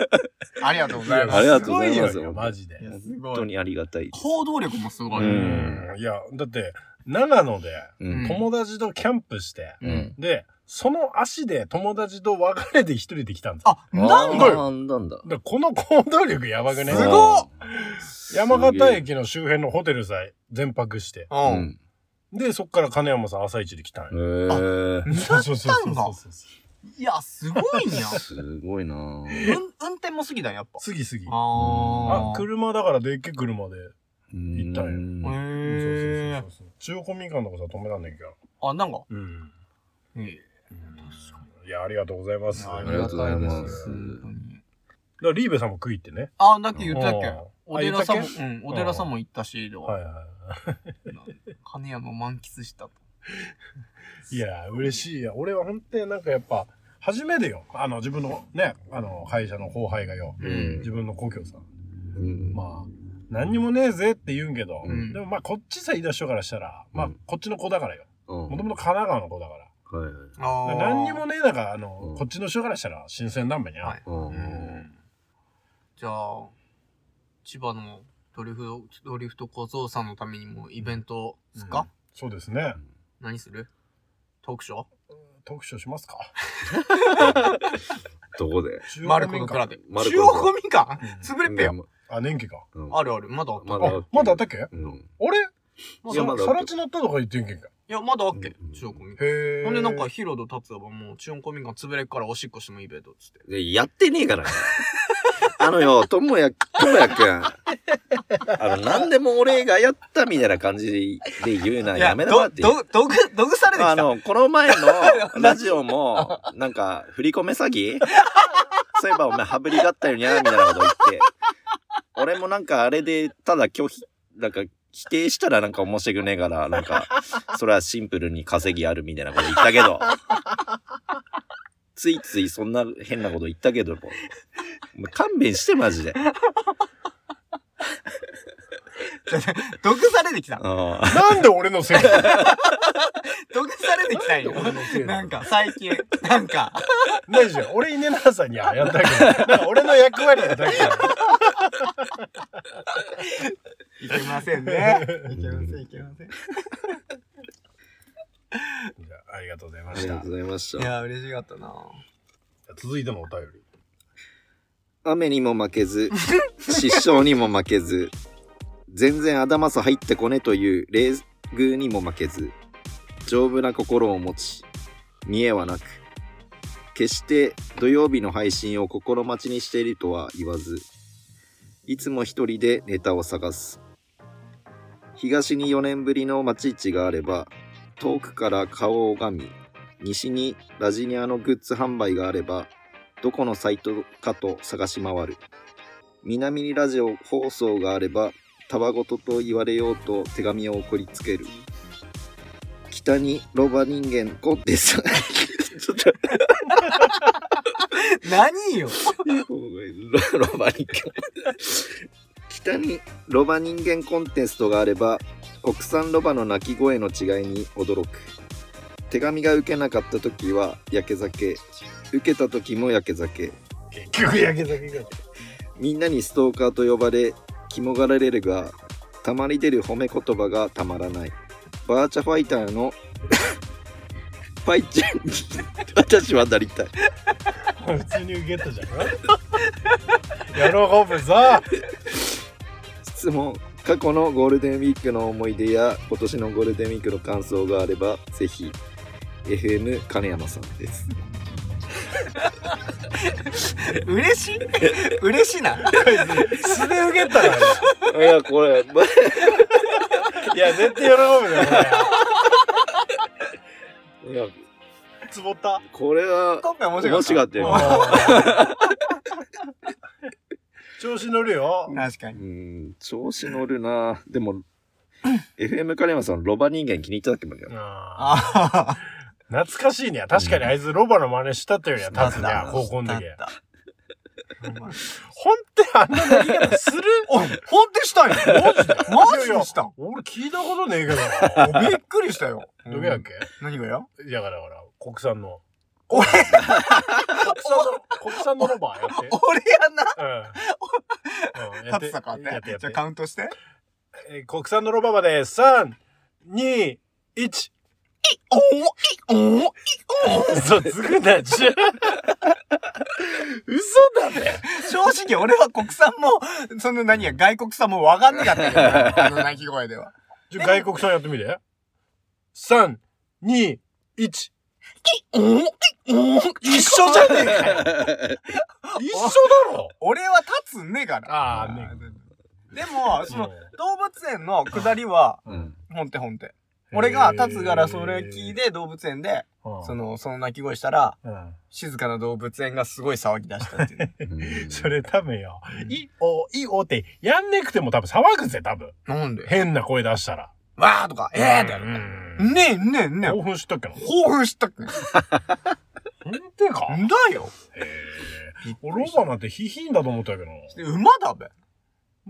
ありがとうございます。ありがとうございますごよマジでい。やす本ご当い。にありがたいです行動力もすごい。ううんん。いや、だって、長野でうん友達とキャンプして、うんで、その足で友達と別れて一人で来たんですよ。あ、なんだよ。なんだんだ。だからこの行動力やばくねすごっ山形駅の周辺のホテルさえ全泊して。う。うんん。で、そっから金山さん朝一で来たんよ。へえ。見そたうっそうそうたそんうだ。そうそう。いや、すごいんや。すごいなぁ。うん運転も好きだ、やっぱ。次次。あああ。、車だからでっけえ車で。行ったようんへえそうそうそうそう。中古民家のとこさ止めたんだけど。あ、なんか。うん。ええいや、ありがとうございます。ありがとうございます本当にらリーベさんも食いってね。あ、だっけ言ってたっけうんお寺さんあも、言っうん、お寺さんも行ったし、ではは、いはいは金谷も満喫したと。い。いやー、嬉しいや。俺は本当になんかやっぱ、初めてよ。あの、自分のね、あの、会社の後輩がよ。うん自分の故郷さ。うんまあ、何にもねえぜって言うんけど、うんでもまあ、こっちさ言い出し人からしたら、まあうん、こっちの子だからよ。うんもともと神奈川の子だから。はいはいあー何にもねえだから、あの、うんこっちの人からしたら新鮮なんばにゃ。はいうんうんじゃあ、千葉のドリフト、ドリフト小僧さんのためにもイベントっすか、そうですね。何するトークショー特集しますか。どこで中マルコの蔵で。マルコ中央コミカうん潰れっぺよ。あ、年季か。うんあるある、まだあった。まあだあっけ、まだあったっけあれうんまいだやあまっださらちなったとか言ってんけんか。いや、まだあっけうん、中央コミカ。へえ。ほんで、なんか、ヒロド立つばもう、中央コミカ潰れっからおしっこしてもいいべと、つって。でやってねえからね あのよともやともやくんあの何でも俺がやったみたいな感じで言うのはやめなさいってど、ど、どぐ、 どぐされてあきた。の、この 前のラジオも、なんか、振り込め詐欺 そういえばお前、羽振りだったよにゃ、みたいなこと言って。俺もなんか、あれで、ただ拒否、なんか、否定したらなんか面白くねえから、なんか、それはシンプルに稼ぎあるみたいなこと言ったけど。ついついそんな変なこと言ったけども。お前勘弁して、マジで。どぐされてきた。うん。なんで俺のせいだ どぐされてきたん よ。俺のせいだなんか、最近、なんか、ないじゃん。俺、稲田さんにはやったけど、なんか俺の役割だったけいけませんね。いけません、いけません。ど。じゃあ、ありがとうございあまりしがた。とうございましいた。や、嬉しかったな続いてのお便り。雨にも負けず、失笑にも負けず、全然頭さ入ってこねという冷遇にも負けず、丈夫な心を持ち、見栄はなく、決して土曜日の配信を心待ちにしているとは言わず、いつも一人でネタを探す。東に4年ぶりの町市があれば、遠くから顔を拝み、西にラジニアのグッズ販売があれば、どこのサイトかと探し回る。南にラジオ放送があれば、たわごとと言われようと手紙を送りつける。北にロバ人間コンテ スト。ちょっと何よロロバ人間北にロバ人間コンテストがあれば国産ロバの鳴き声の違いに驚く手紙が受けなかった時はやけ酒受けた時もやけ酒結局、焼け酒が。みんなにストーカーと呼ばれ肝がられるがたまに出る褒め言葉がたまらないバーチャファイターの ファイちゃんに私はなりたい普通にゲットじゃん。 喜ぶぞ。質問過去のゴールデンウィークの思い出や今年のゴールデンウィークの感想があればぜひ FM 金山さんです嬉しい嬉しいな。素で受けたからね。いやこれいや、絶対喜ぶよ、これ。いやつぼった。これは今回面白か面っ白かったよ 調子乗るよ。た。確かうに。ん調子乗るなでも FM 金山さんのロバ人間気に入っただけも ねあーああ、懐かしいね。確かにあいつロバの真似したってよりは立つねだ。高校の時だ。ったほんとあんな投げ方するおい、ほんとしたんよ。マジでマジでしたん俺聞いたことねえけどな。おびっくりしたよ。どげだっけ何がよいやだからほら、国産の。俺、国産の、国産のロバやって。俺やな。うん。うんや立つさ変わやっってやて。じゃってあカウントして。えー国産のロバまで、3、2、1。おおいおお嘘つくな、じゃ嘘だね。正直俺は国産も、その何や、外国産もわかんなかったけど、 あの鳴き声では。じゃ、外国産やってみて。3、2、1。おおいおお一緒じゃねえ かよ一緒だろ俺は立つねから。ああ、ねでも、その、動物園の下りは、うん本手本手。俺が立つからそれ聞いて、て動物園で、うんその、その鳴き声したら、うん静かな動物園がすごい騒ぎ出したって いう。うんそれ多分よ。いお、いおって、やんねくても多分騒ぐぜ、多分。なんで変な声出したら。わーとか、えーってやうる。んねえねえねえ。興奮しとっけな。興奮したっけほんてか。んだよ。俺ロバなんてヒヒンだと思ったけどな。で馬だべ。だ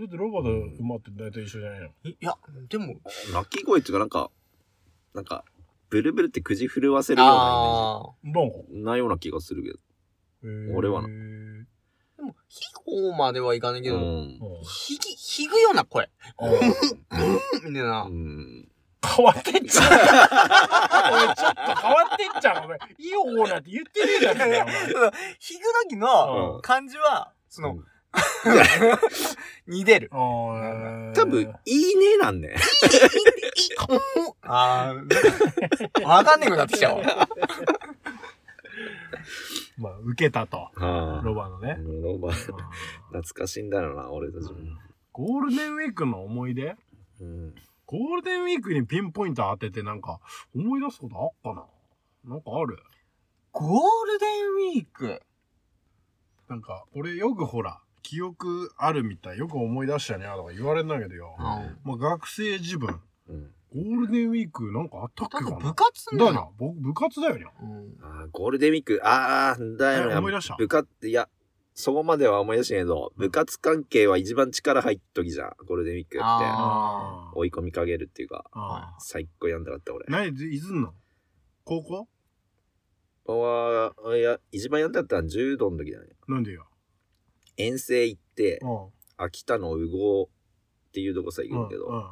ってロバと馬って大体一緒じゃないのいや、でも、鳴き声っていうかなんかなんかブルブルってくじ震わせるようななんか。イメージなような気がするけど俺俺はなでも、ヒホーまではいかないけうど、んひぎ、ひぐような声。みたいなう。ん変わってっちゃう。俺ちょっと変わってっちゃう。お前、いい方なんて言ってねえじゃねえかよひぐらぎのうん感じは、その、うん似てる。お前。多分「いいね」なんねあー、 わかんねえくなってきちゃうわ。まあ、受けたと。あロバのね。ロバうん懐かしいんだろうな俺たちもゴールデンウィークの思い出うんゴールデンウィークにピンポイント当ててなんか思い出すことあっかななんかあるゴールデンウィーク。なんか俺よくほら記憶あるみたいよく思い出したねとか言われんだけどよ、うんまあ、学生時分うんゴールデンウィークなんかあったっけなんかかな部活だなよのな僕部活だよねうんあーゴールデンウィークああだよえな思い出した部活いやそこまでは思い出したけど部活関係は一番力入っときじゃんゴールデンウィークってああ追い込みかけるっていうかあ最高やんだかった俺何いずんの高校ああいや一番やんだったのは柔道の時だねなんでよ遠征行ってうん秋田の羽後っていうとこさ行くけうんど、も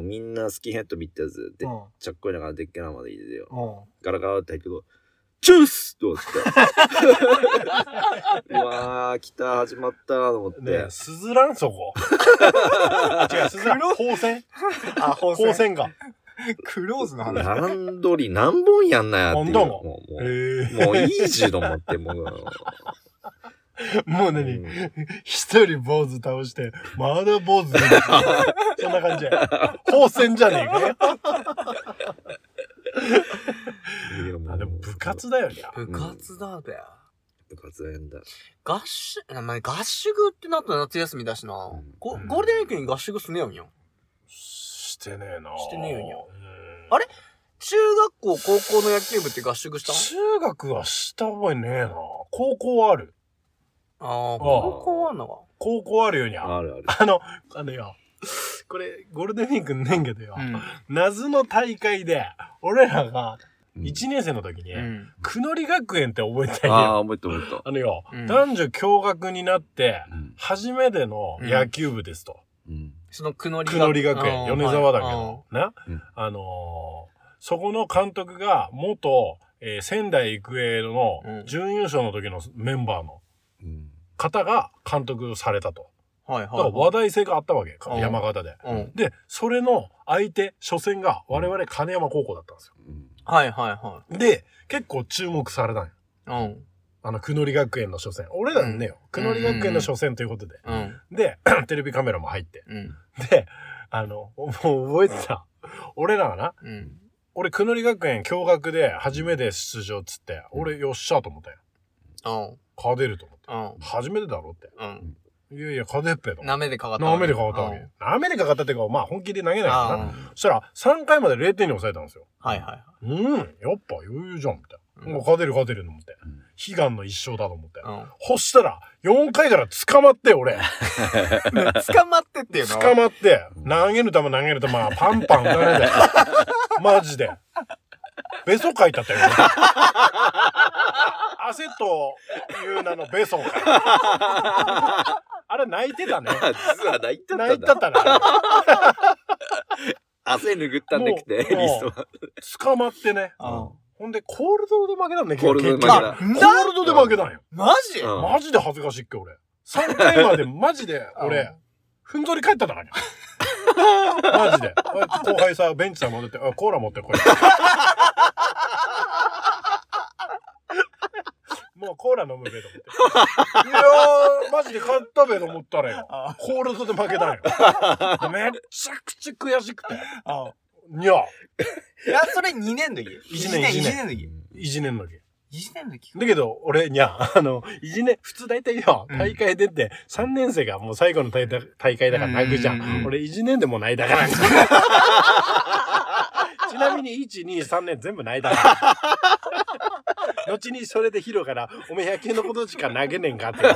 うみんなスキンヘッドビってやつでうんちゃっこいながらでっけなまで入れてようんガラガラって入ってこうチュースと思 って。うわー、来た、始まったと思って。ねえ、すずらんそ こ。違う、すずらん。光線ーあ、放光線が。クローズの話。ランドリー何本やんなやっていう。本当もう、もへうえ。もういいじと思って、もう。もう 何、うん一人坊主倒して、まだ坊主出てくる そんな感じや。放線じゃねえかよ。いやうあ、でも部活だよね。部活だべ。部活はやんだ。合宿、まあ、合宿ってなったら夏休みだしなうん。ゴゴールデンウィークに合宿すねよんよ。してねえなしてねえよにゃうんあれ中学校、高校の野球部って合宿した中学はした覚えねえな高校はある。ああ、高校はあんの高校あるよにゃ。あるある。あの、あのよ。これ、ゴールデンウィークねんけどよか。。ん。謎の大会で、俺らがうん1年生の時に、うん。くのり学園って覚えてないあよ。あ、覚えた覚えた。あのよ、うん男女共学になって、うん初めての野球部ですと。うん。そのくのりくのり学園、米沢だけどど。、な、うんあのーそこの監督が元、えー仙台育英のうん準優勝の時のメンバーのうん方が監督をされたと。はいだからは話題性があったわけ、うん山形で。い。うん。で、それの相手、初戦が我々金山高校だったんですうんはいはよ。で、結構注目されたんよ。いはい。うん。あの、くのり学園の初戦。俺らねよ。くのり学園の初戦ということで。うん。で、 テレビカメラも入って。うん。で、あの、もう覚えてた。俺らがな、うん。俺、くのり学園共学で初めて出場っつって、俺、よっしゃと思ったよ。うん。勝てると思っうて。ん。初めてだろって。うん。いやいや、勝てっぺと。なめでかかった。なめでかかったわけ。なめでかかったっていうか、まあ、本気で投げないからな。あそしたら、3回まで0点に抑えたんですよ。あ。はいはい。うん、やっぱ余裕じゃん、みたいな。うんもう勝てる勝てると思ってうん。悲願の一勝だと思って。うん。ほしたら、4回から捕まって、俺。 捕まってっていうの捕まって、投げる球投げる球、パンパン打た れて。マジで。ベソ書い たったよ。汗という名のベソ書いた。あれ泣いてたね。あ、実は泣いたった泣んいたっだ。たな。 汗拭ったんできて、もうリストは。捕まってね。うんほんで、コールドで負けたんだけコど、ールドで負け結局た。コールドで負けたんよ。マジうんマジで恥ずかしいっけ、俺。3回まで、マジで、う俺ん、ふんぞり帰っただからね。マジで。こうやって後輩さ、ベンチさ、戻って、あ、コーラ持ってこい。もうコーラ飲むべと思って。いやー、マジで勝ったべと思ったらよ。あコールドで負けたんよ。めっちゃくちゃ悔しくて。あ。にゃ、いや、それ2年の時。1年、1年の時。いじねんのけ。 1年の時。だけど、俺、にゃ、あの、いじね、普通大体よ、うん大会出て、3年生がもう最後の大大大会だから泣くじゃ。うんうんうんん俺、いじねんでも泣い たから。ちなみに、1、2、3年全部泣いたから。後にそれでヒロから、おめえ野球のことしか投げねえんかって言う。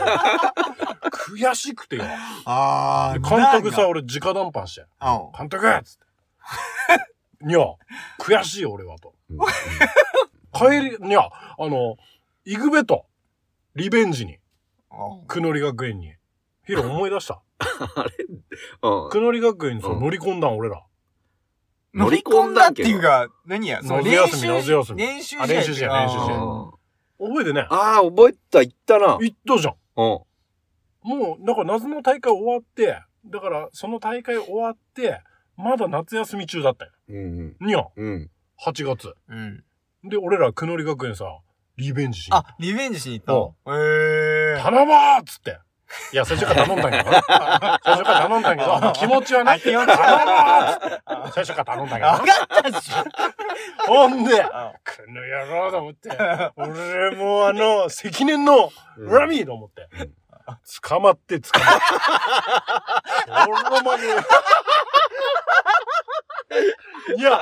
悔しくてよ。あでー、監督なさ、んか、俺、直談判して。あ監督つって。にゃ、悔しい俺はと。帰り、にゃ、あの、イグベと、リベンジに、あくのり学園に。ヒロ思い出した。うんくのり学園にそううん乗り込んだん俺ら。乗り込んだっていうか、何や、その夏練休み習、夏休み練習あ練習試合練習試合あ覚えてね。ああ、覚えた、言ったな。行ったじゃん。うん。もう、だから謎の大会終わって、だからその大会終わって、まだ夏休み中だったよ。うん。にゃ、うん。 8月。ーうん。で、俺らくのり学園さ、リベンジしに行ったあ、リベンジしに行ったの。えー。頼もうっつって。いや、最初から頼んだんやけど。最初から頼んだんやけど、気持ちはあ、ね、気持ち頼もうっつって。最初から頼んだんや上がったでしょ。 けど。ほんで、あこの野郎と思って、俺もあの、積年の恨みと思ってうん、捕まって捕まって。俺の まに。いや、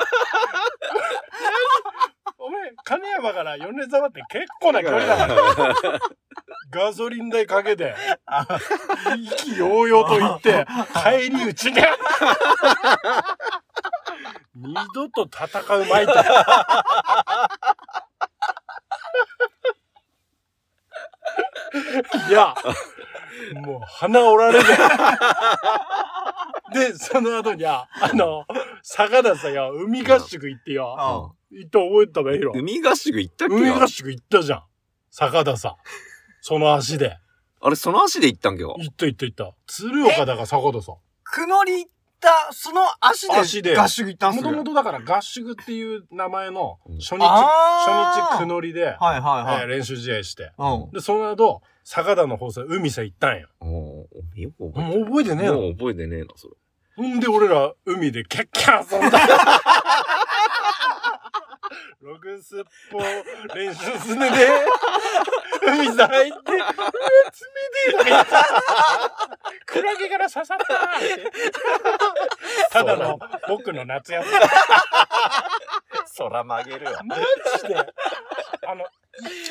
お前、金山から米沢って結構な距離だから。ガソリン代かけて、意気揚々と言って、帰り討ちで。二度と戦うまいと。いや、もう鼻折られて。で、その後には、あの、坂田さんよ、海合宿行ってよ、あ行った覚えてたべ、ヒロ。海合宿行ったっけ海な合宿行ったじゃん。坂田さん。その足で。あれ、その足で行ったんけか行った行った行った。鶴岡だから坂田さん。くのり行った、その足足でで合宿行ったんもすともよ。とだから合宿っていう名前のうん初日、あ初ー日くのりで、はいはいえはーい。練習試合して。うん。で、その後、坂田の方さ、海さ行ったんよ。おーよく覚もう覚えてえねてえねの。もう覚えてねえな、それ。ほんで俺ら海でキャッキャ遊んだ。ログスッポ練習すねで、海さ入って、うわ、冷てえとか言ってクラゲから刺さったって。ただの僕の夏休み。空曲げる わ。マジで。 あの、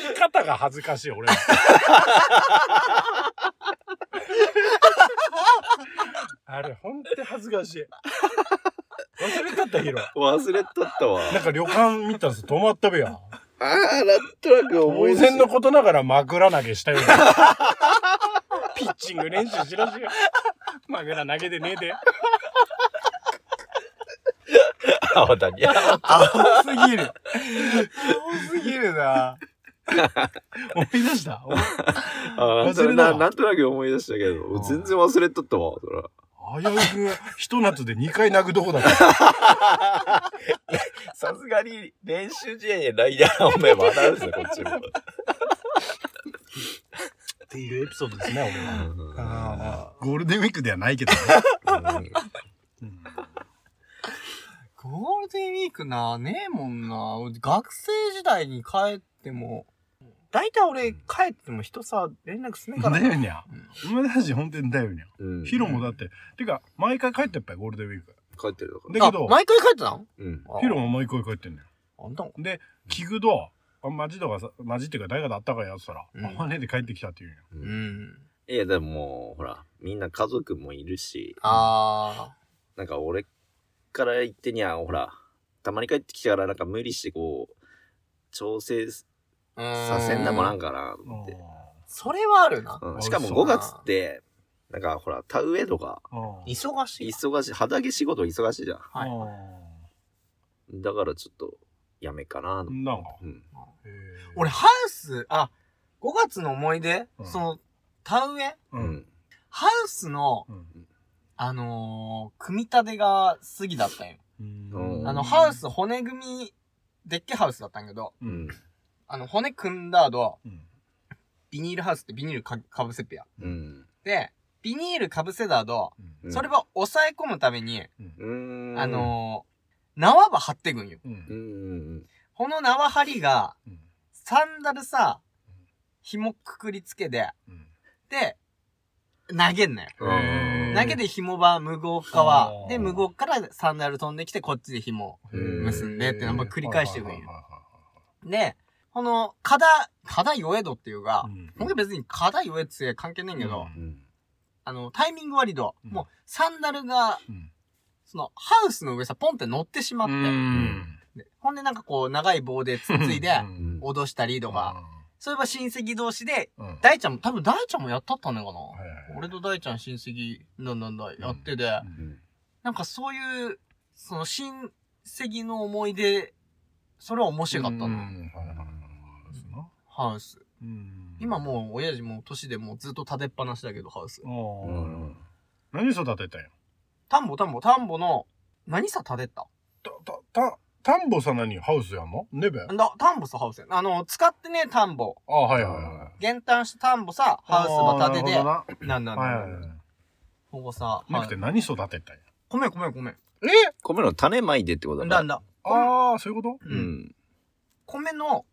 生き方が恥ずかしい、俺 は。あれ、ほんと恥ずかしい。忘れたった、ヒロ。忘れとったわ。なんか旅館見たんですよ、泊まったべや。 ああ、なんとなく思当い出然しのことながら枕投げしたよ。 ピッチング練習しろしよ。枕投げでねえで。青谷。青すぎる。青すぎるな。思い出 した。あーそ忘れれなたなんとなく思い出したけど、全然忘れとったわ、それ。危うく、ひと夏で2回泣くとこだった。さすがに練習試合でライダーおめえ笑うぜ、こっちも。っていうエピソードですね、俺あは。ゴールデンウィークではないけどね。ゴールデンウィークな、ねえもんな。学生時代に帰っても、大体俺帰っても人さ、連絡すねえからだな。よにゃ。お前たち本当にだよにゃ。うんヒロもだって、てか、毎回帰ってっぱい、ゴールデンウィーク。帰ってるだだかあけど、毎回帰ってたのら。うん。ヒロも毎回帰ってんだよ。あんたも。で、聞くと、あマジとかさ、マジっていうか誰かだったかやつたら、うんあ、マネで帰ってきたって言うんよ。ううんん。いや、でももう、ほら、みんな家族もいるし、あなんか俺から言ってにゃ、ほら、たまに帰ってきたから、なんか無理してこう、調整さあ。うせんだもなんかな、と思って。それはあるな。うんしかも5月って、なんかほら、田植えとか、うん忙しい。忙しい、畑仕事忙しいじゃん。はいだからちょっと、やめかなとう思ん。なんか。って。うへん。ー俺、、ハウス、あ、5月の思い出、うんその、田植えう。うんん。ハウスの、あのー組み立てが過ぎだったんよ。うん。あの、うんハウス骨組み、でっけハウスだったんやけど、ううんん。あの、骨組んだ後、うん。ビニールハウスってビニールかかぶせっぺや。うん。で、ビニールかぶせだ後、うんうんそれは抑え込むために、うーん。あのー縄ば張ってくんよ。うんうんうんこの縄張りが、うんサンダルさうん、紐くくりつけて、うんで、投げんなよ。うんへー投げて紐ば無言かはあ、ーで、無言からサンダル飛んできて、こっちで紐うん結んでってのを繰り返していくんよはいはいで、この、課題、課題弱えどっていうかは、いはい僕別に課題弱えつえ関係ないんやけど、うんうんあの、タイミング割と、うんもうサンダルが、うんその、ハウスの上さ、ポンって乗ってしまっうて、ん。でほんでなんかこう、長い棒でつっついで、うん脅したりとか、そういえば親戚同士で、うん大ちゃんも、多分大ちゃんもやったったのかな、はいはいはい俺と大ちゃん親戚、なんなんだ、やってて、うんなんかそういう、その親戚の思い出、それは面白かったうな、んはいはいはいですなハウス。うん今もう親父もう年でもうずっと建てっぱなしだけど、ハウス。うああん何育てたんや田んぼ田んぼ田んぼの、何さ建てったたたた田んぼさ何ハウスやんのねべあだ田んぼさハウスやあの、使ってね、田んぼ。あはいはいはい減反した田んぼさ、ハウスば建てて、はなんいなんはないんはだ。いここさ、なくてはい何育てたんやごめんごめんごめん。え米の種まいてってことだだんなだ。ああそういうことう。うんん米の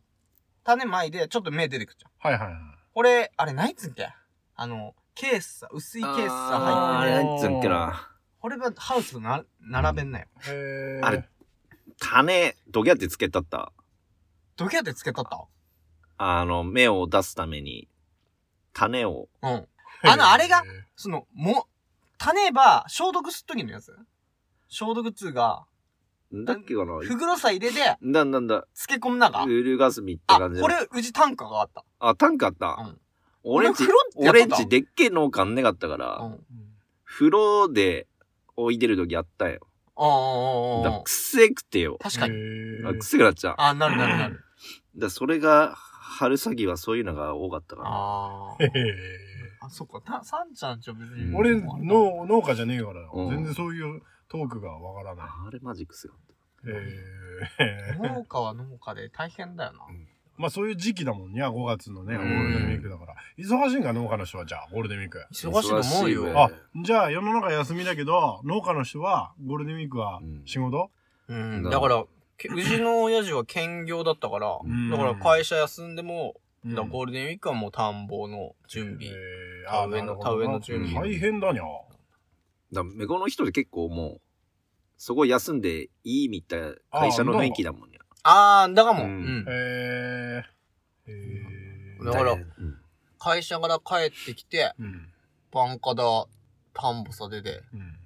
種まいで、ちょっと芽出てくるじゃん。はいはいはいこれ、あれ、ないつんけあの、ケースさ、薄いケースさあ入ーってあれね。なんつうんけなこれがハウスとな、並べんなよ。へえあれ種どぎゃってつけたったどけてつけたったあの芽を出すために種をうん。あの、あれがへ、えその、も、種ば、消毒すっときのやつ消毒っつうが、んだっけかなふぐろさ入れて、なんだなんだ漬け込むながウ。ルガスミってあ、感じだこれ、うち単価があった。あ単価あった、うん俺んち俺風呂俺ってやっんとったちでっけえ農家んねかったから、うん。風呂で置いてる時あったよああ、だからくせえくてよ確かに。へえあくせえくなっちゃうだかあ、なるなるなる。らそれが春先はそういうのが多かったからあへーえあ。そっか、た、さんちゃんちは別に。うん俺、の農家じゃねえからよ、うん全然そういうトークがわからない。あれマジくせえかったえー農家は農家で大変だよな。 まあそういう時期だもんね、5月のね、うゴんールデンウィークだから。忙しいんか、農家の人は、じゃあ、ゴールデンウィーク。忙しいと思う忙しいよ。わあ、じゃあ世の中休みだけど、農家の人は、ゴールデンウィークはうん仕事、うん。だから、けうちの親父は兼業だったから、うんだから会社休んでも、うんだからゴールデンウィークはもう田んぼの準え備。ーあ田植えのなるほどな田植えの準備大変だにゃ。だから向こうの人で結構もうそこ休んでいいみたいな会社の雰囲気だもんねああ、だからもう、ううん。んえー、えーだからうん会社から帰ってきて、うん。バンカだ、田んぼさ出て、うん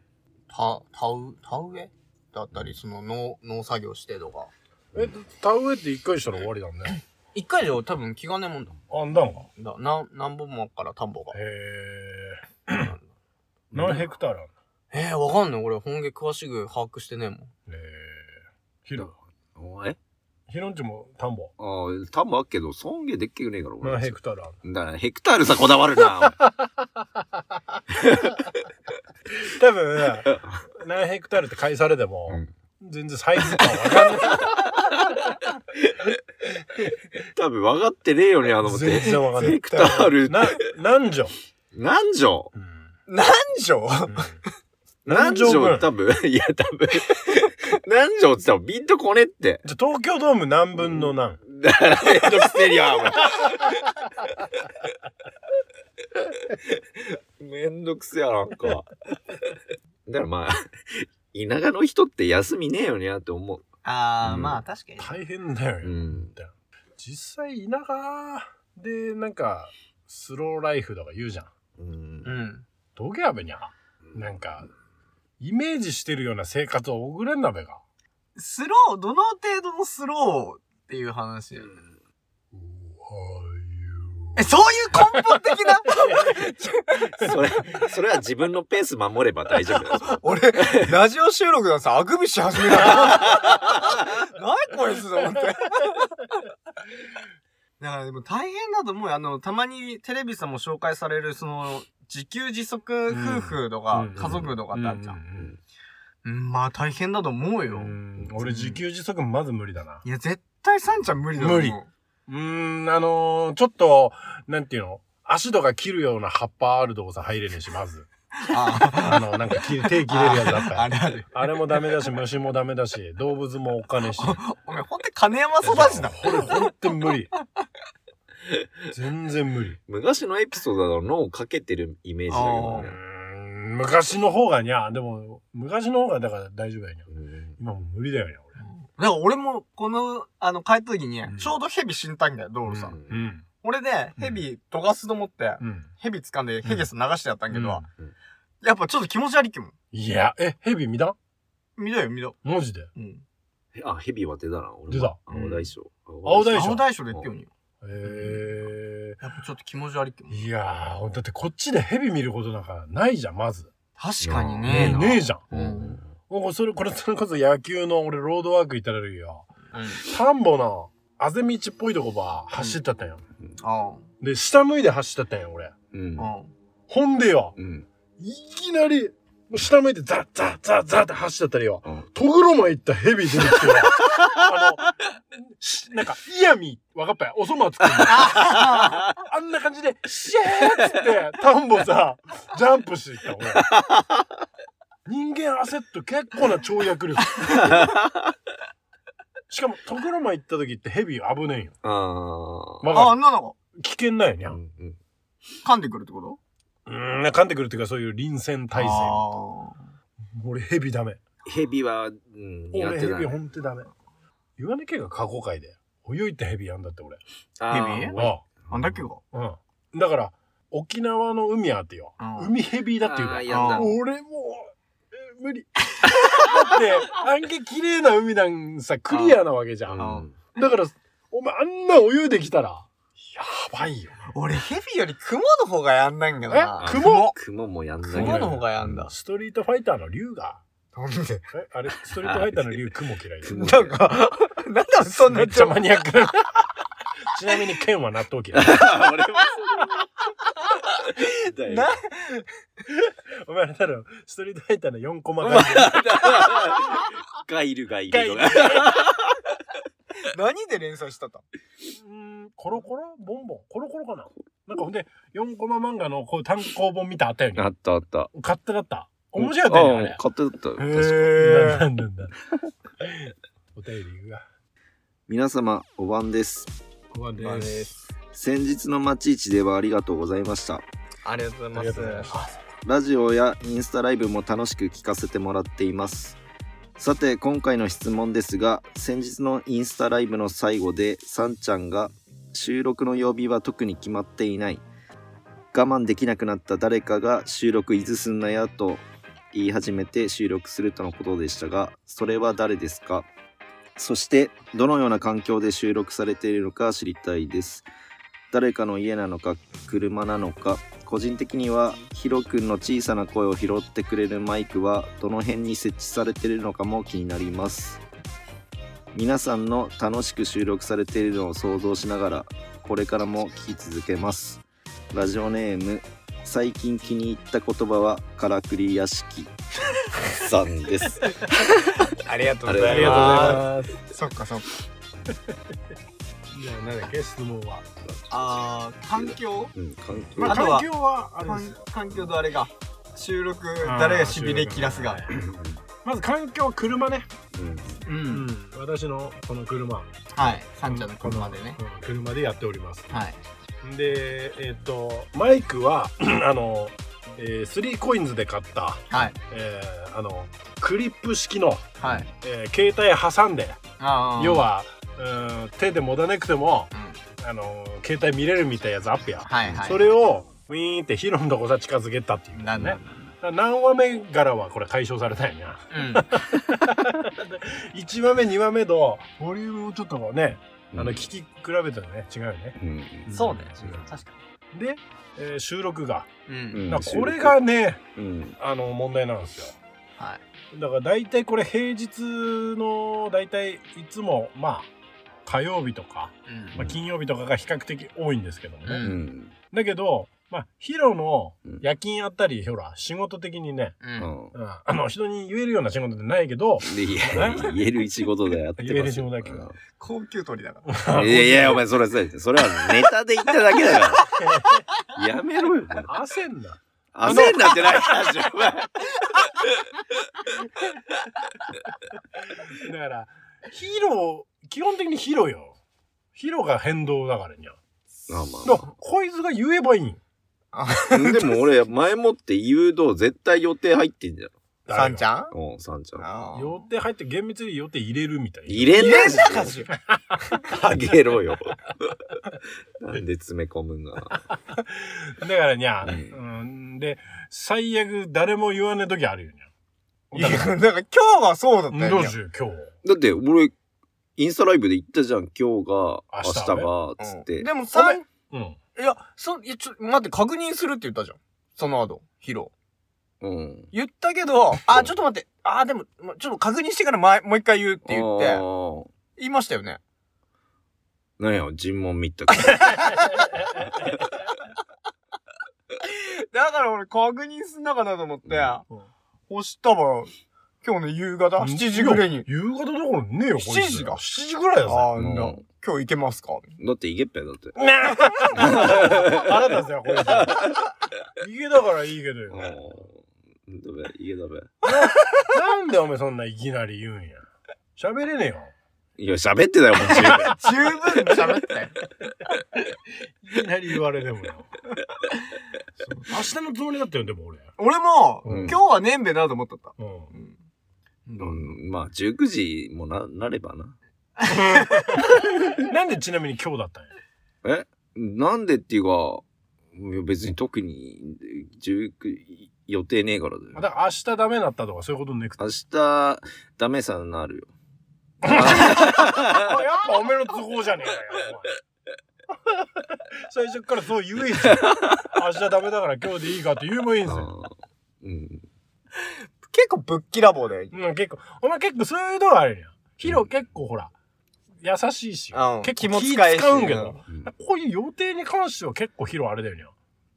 た、田植え田植えだったり、その農、農作業してとか。え、田植えって一回したら終わりだもんね。一回で多分気がねえもんだ。あんだんか。だなん、何本もあっから田んぼがえ。ー、何ヘクタールあんのえー、わかんない。俺、本家詳しく把握してねえもん。えー、ヒロ、おえヒロんちも田んぼ。ああ多分あっけど尊厳でっけくねえから俺何ヘクタールあんのだからヘクタールさこだわ るな多 分、何ヘクタールって返されても、うん全然サイズ感わか んない。多分分かってねえよねあのって全然わかんない。ヘクタールな、何畳、何畳何畳何何畳分畳多分 いや多分何畳って多分ビンとこねってじゃあ東京ドーム何分の何、だからめんどくせえよお前めんどくせえやなんかだからまあ田舎の人って休みねえよねって思うあー、うんまあ確かに。大変だよ、うん実際田舎で、なんか、スローライフとか言うじゃん。うんうん。どげやべにゃ。なんか、イメージしてるような生活を送れんな べが。スロー、どの程度のスローっていう話。え、そういう根本的なそれそれは自分のペース守れば大丈夫だよ 俺、ラジオ収録のさ、あくびし始め た。何こいつと思って。だからでも大変だと思うよ。あの、たまにテレビさんも紹介される、その、自給自足夫婦とか、うん家族とかってあるじゃん。うんんまあ大変だと思うよ。うん俺自給自足まず無理だな。いや、絶対サンちゃん無理だと思う。無理うーん、あのー、ちょっと、なんていうの足とか切るような葉っぱあるとこさ入れねえし、まず。あ あの、なんか切手切れるやつあったあよれあれ。あれもダメだし、虫もダメだし、動物もおっかねえし。お前ほんと金山育ちだ。これ本当に無理。全然無理。昔のエピソードだと脳をかけてるイメージだけどうーね。ん昔の方がにゃ、でも、昔の方がだから大丈夫やにゃ。うん今もう無理だよにゃ、だから俺も、この、あの、帰った時にうん、ちょうどヘビ死にたいんだよ、道う路んさん。俺。俺で、ヘビ、とがすと思って、うん。うん。ヘビ掴んで、ヘゲス流してやったんやけど、うんやっぱちょっと気持ち悪いけど、いや、え、ヘビ見た見ろよ、見ろ。マジで。うん。あ、ヘビは出たな。俺も出た青大将。青大将青大将で言ってよに。へえやっぱちょっと気持ち悪いけどー。。いやー、だってこっちでヘビ見ることなんかないじゃん、まず。確かにえねなねえじゃん。うんうんもうそれ、これ、それこそ野球の俺、ロードワーク行ったらいいよ。うん。田んぼの、あぜ道っぽいとこば、走ったったんよ。あで、下向いて走ったったんよ、俺。うんあ。うん。ほんでよ、うんいきなり、下向いてザッザッザッザッって走ったったりよ。うんとぐろま行ったヘビ出てきて よ。あの、しなんか、イヤミ、わかったよ。おそばつくんの。あんな感じで、シェーっつって、田んぼさ、ジャンプしていった、俺。人間焦っと結構な跳躍力。しかも、とぐろま行った時ってヘビ危ねえよ。あーわあ、かあんなのる危険なんよにゃう。んうんが噛んでくるってことうーん、噛んでくるっていうか、そういう臨戦態勢。あ俺、ヘビダメ。ヘビは、うん、苦俺、手ヘだビね。ほんとダメ。岩根家が過去回で、泳いってヘビやんだって、俺。あーヘビ俺あー。なんだっけが。あ。うん。だから、沖縄の海あってよ。うん海ヘビだっていうあかー。やだあー俺もう、え無理。だって、あんけ綺麗な海なんさ、クリアなわけじゃん。あうんだから、お前あんな泳いできたら、やばいよ。俺、ヘビよりクモの方がやんないんだよな。えクモクモもやんないクモの方がやんだ。ストリートファイターの竜が。なんでえあれ、ストリートファイターの竜、雲嫌いだよ。雲なんか、なんだそんなめっちゃマニアックな。ちなみに、剣は納豆嫌い。俺も そうだよなお前ら多分、ストリートファイターの4コマが。ガイルがいる のが。何で連載した ったうんコロコロボンボンコロコロかななんかほんで、4コマ漫画のこう単行本見たあったよね。あったあった。勝手だった。面白かったよね、あれ。買ってたよへ確かーなんだなんだ。お便りが。皆様、お晩です。不安まあね先日の町市ではありがとうございました。ありがとうございありがまとうすござい。。ラジオやインスタライブも楽しく聞かせてもらっています。さて、今回の質問ですが、先日のインスタライブの最後で、さんちゃんが、収録の曜日は特に決まっていない。我慢できなくなった誰かが収録いずすんなやと言い始めて収録するとのことでしたが、それは誰ですかそして、どのような環境で収録されているのか知りたいです。誰かの家なのか、車なのか、個人的にはヒロ君の小さな声を拾ってくれるマイクはどの辺に設置されているのかも気になります皆さんの楽しく収録されているのを想像しながらこれからも聞き続けますラジオネーム最近気に入った言葉はからくり屋敷さんですありがとうございますありがとうございますす。そっかそっか。じゃあ、なんだっけ、質問は。あー、環境うん環境まあ、あとは環境はあれです環環境とあれが。収録、あー誰が痺れ切らすが。まず環境は車ね。うんう。うんん。私のこの車、はい。サンちゃんの車でね。うん車でやっております。はい。で、えっ、と、マイクは、 あの、えー、スリーコインズで買った、はい。えー、あの、クリップ式の、はい。えー、携帯挟んで、あー要。は、うん、手で持たなくても、うんあの、携帯見れるみたいなやつアップや。はいはい。それをウィーンってヒロのとこさ近づけたっていうね。なんだ。だから何話目からはこれ解消されたんやな。うん。 1話目2話目とボリュームをちょっとね、あのうん聞き比べたらね違うよね。うんそうだよ。確かで、えー収録が。に。う。うんんだからこれがねうんあの問題なんですよ。はい。だから大体これ平日の大体いつもまあ火曜日とか、うんまあ、金曜日とかが比較的多いんですけどもね。うんうんだけど、まあ、ヒロのうん夜勤やったり、ほら、仕事的にね、う。うんんうんあの、人に言えるような仕事でないけど、で言え言える仕事だよやってますよ言える仕事だけど高級鳥だから。うんいやいやお前それそれそれはネタで言っただけだからやめろよお前焦んな。焦んなってないから、お前だから、ヒーロー、基本的にヒロよ。ヒロが変動だからにゃ。まあだから、こいつが言えばいいん。まあまあ。でも俺、前もって誘導絶対予定入ってんじゃん。さんちゃゃんうん、さんちゃん。あー予定入って厳密に予定入れるみたいな。入れんなえなんかしらあげろよ。なんで詰め込むんだ。だからにゃ、ううん、で、最悪誰も言わない時あるよいにゃ。や、なんか今日はそうだったうんよどねうしよう、今日。だって俺、インスタライブで言ったじゃん。今日が、明明日日が、つっうてん。でもさん、いうん。や、そ、いや、ちょ、待って、確認するって言ったじゃん。その後、ヒロ。うん。言ったけど、あ、ちょっと待って、あ、でも、まちょっと確認してから前、もう一回言うって言って、て。言いましたよね。なんや、尋問見たから。 だから俺確認すんなかなと思って、う押したば、今日の夕方、7時ぐらいに。夕方どころねえよ、こいつ7時だ ?7 時ぐらいだぞ。あーなんだ、うん今日行け ますかだっていけっぺよ、だって。腹立つよ、こいつ。 家だからいいけどよ。うん。だべ、いけだべ。なんでおめえそんないきなり言うんや。喋れねえよ。いや、喋ってたよ、もう十分。十分喋ったよ。いきなり言われてもよ。そう明日のつもりだったよ、でも俺。俺も、うん今日はねんべえなと思ったった。うん。 うん、まあ、19時もな、なればな。なんでちなみに今日だったんや。えなんでっていうか、いや別に特に、19、予定ねえからだだよ。から明日ダメだったとかそういうことねくて。明日、ダメさになるよ。あやっぱおめえの都合じゃねえかよ、お前最初からそう言えよ。明日ダメだから今日でいいかって言うもいいんすよ。あーうん。結構ぶっきらぼうで。うん、結構、お前結構そういうのがあるやん。ヒロ結構ほら、優しいしう、ん結気構も気使えし使うんけど、うんこういう予定に関しては結構ヒロあれだよね。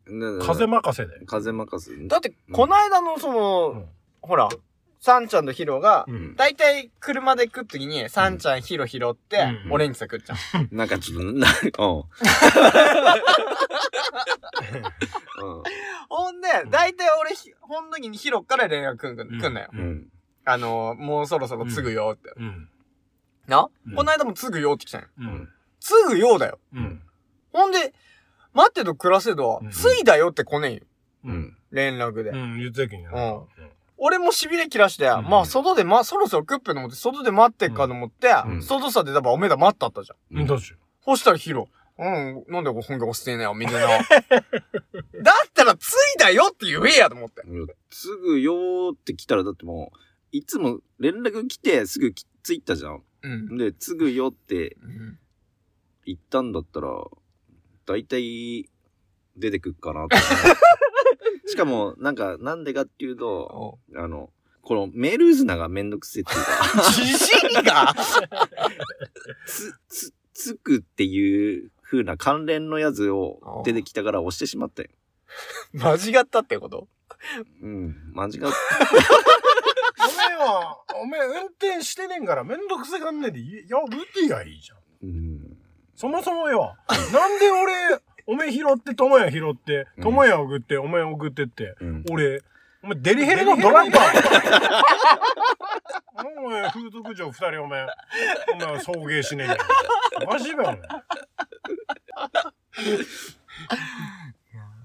なんだ風任せだよ。風任せ。だって、この間のその、うんほら、サンちゃんとヒロが、 うん。だいたい車で食うときに、サンちゃん、ヒロ拾って、うんオレンジさ食っち ゃう。なんかちょっと、な、 うん。ほんでう、んだいたい俺ひ、ほんの時にヒロから連絡くんくんくんなよ。うん。うん。あのー、もうそろそろ継ぐよって。うん。な、うんこないだも継ぐよって来たんよ。うん。継ぐよだよ。うん。ほんで、待ってと暮らせどうん、継いだよって来ねえよ。う。うんん。連絡で。うん、言ってたけんやな。うん俺も痺れ切らして、うんまあ、外で、まあ、そろそろ食っぺと思って、外で待ってっかと思って、うん外さで多分おめだ待ったったじゃん。うん。どうしよそしたらヒロ、うん、なんでこ本家押してんねや、みたいな。だったら、ついだよって言えやと思って。いやすぐよーって来たら、だってもう、いつも連絡来てすぐきついたじゃん。うん。で、すぐよってうん言ったんだったら、だいたい出てくっかなと思うしかも、なんか、なんでかっていうと、おあの、このメールズナがめんどくせえっていうか、自信が つ、つ、つくっていう風な関連のやつを出てきたから押してしまったよ。間違ったってことうん、間違っう。おめえは、おめえ運転してねえんからめんどくせがんねえで、いや、ルティがいいじゃん。うん。そもそもよ、なんで俺、おめえ拾って、ともや拾って、ともや送って、お前送ってって、うん。俺、お前デリヘルのドライバーお前、風俗嬢二人お前、お前送迎しねえじゃん。おかしいべ、お前。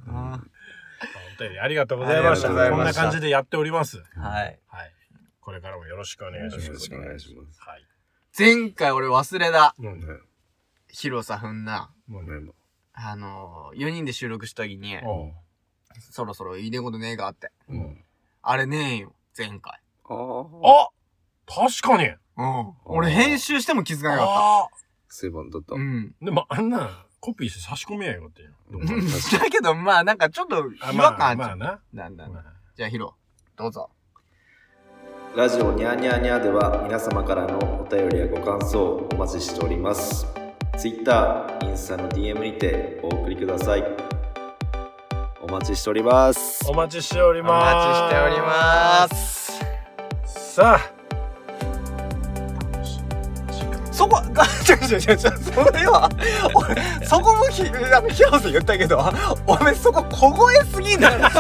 お便りありがとうございました。ありがとうござこんいまなした感じでやっております。はい。はい。これからもよろしくお願いしよまろしす。くお願いします。はい。前回俺忘れた。うんヒロさふんな。もうね。ねあのー、4人で収録した時に、おうそろそろいいねことねえがあって。うん。あれねえよ、前回。ああ。あ確かにうん。俺編集しても気づかなかっあセブンだったた。う。ん。ーでもあんなコピーして差し込みやよって。うん確か だけど、まあ、なんかちょっとあ違和感あっちまゃあう。な。なんだまあじゃあ、ヒロ、どうぞ。ラジオニャーニャーニャーでは皆様からのお便りやご感想をお待ちしております。Twitter、インスタの DM にてお送りください。お待ちしております。お待ちしておりおます。待ちしております。す。さあ。そっこ、 がちょちょちょちょ、それは、俺、そこもひ、なんか、広瀬言ったけど、俺、そこ、凍えすぎんなんちゅ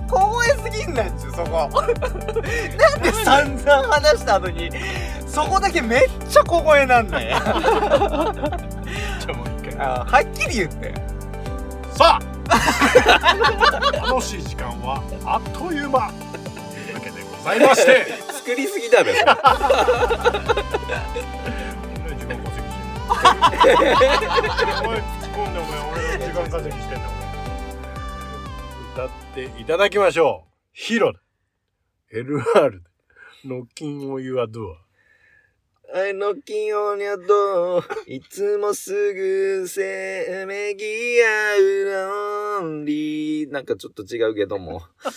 う。 凍えすぎんなんちゅう、そこ。なんで散々話した後に、そこだけめっちゃ凍えなんだよ。じゃあもう一回。あはっきり言って。さあ 楽しい時間はあっという間わけでございまして作りすぎだべ。時間稼ぎしてんのお前突っ込んでお前俺の時間稼ぎしてんだお前歌っていただきましょうヒロで LR でノッキンオンユアドゥアあの器用にゃどいつもすぐせめぎ合うロンリー。なんかちょっと違うけども。あ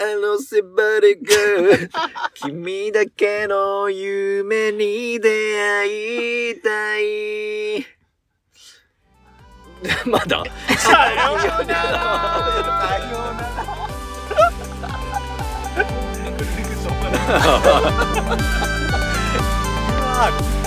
のせばれが、君だけの夢に出会いたい。 まださようならうわー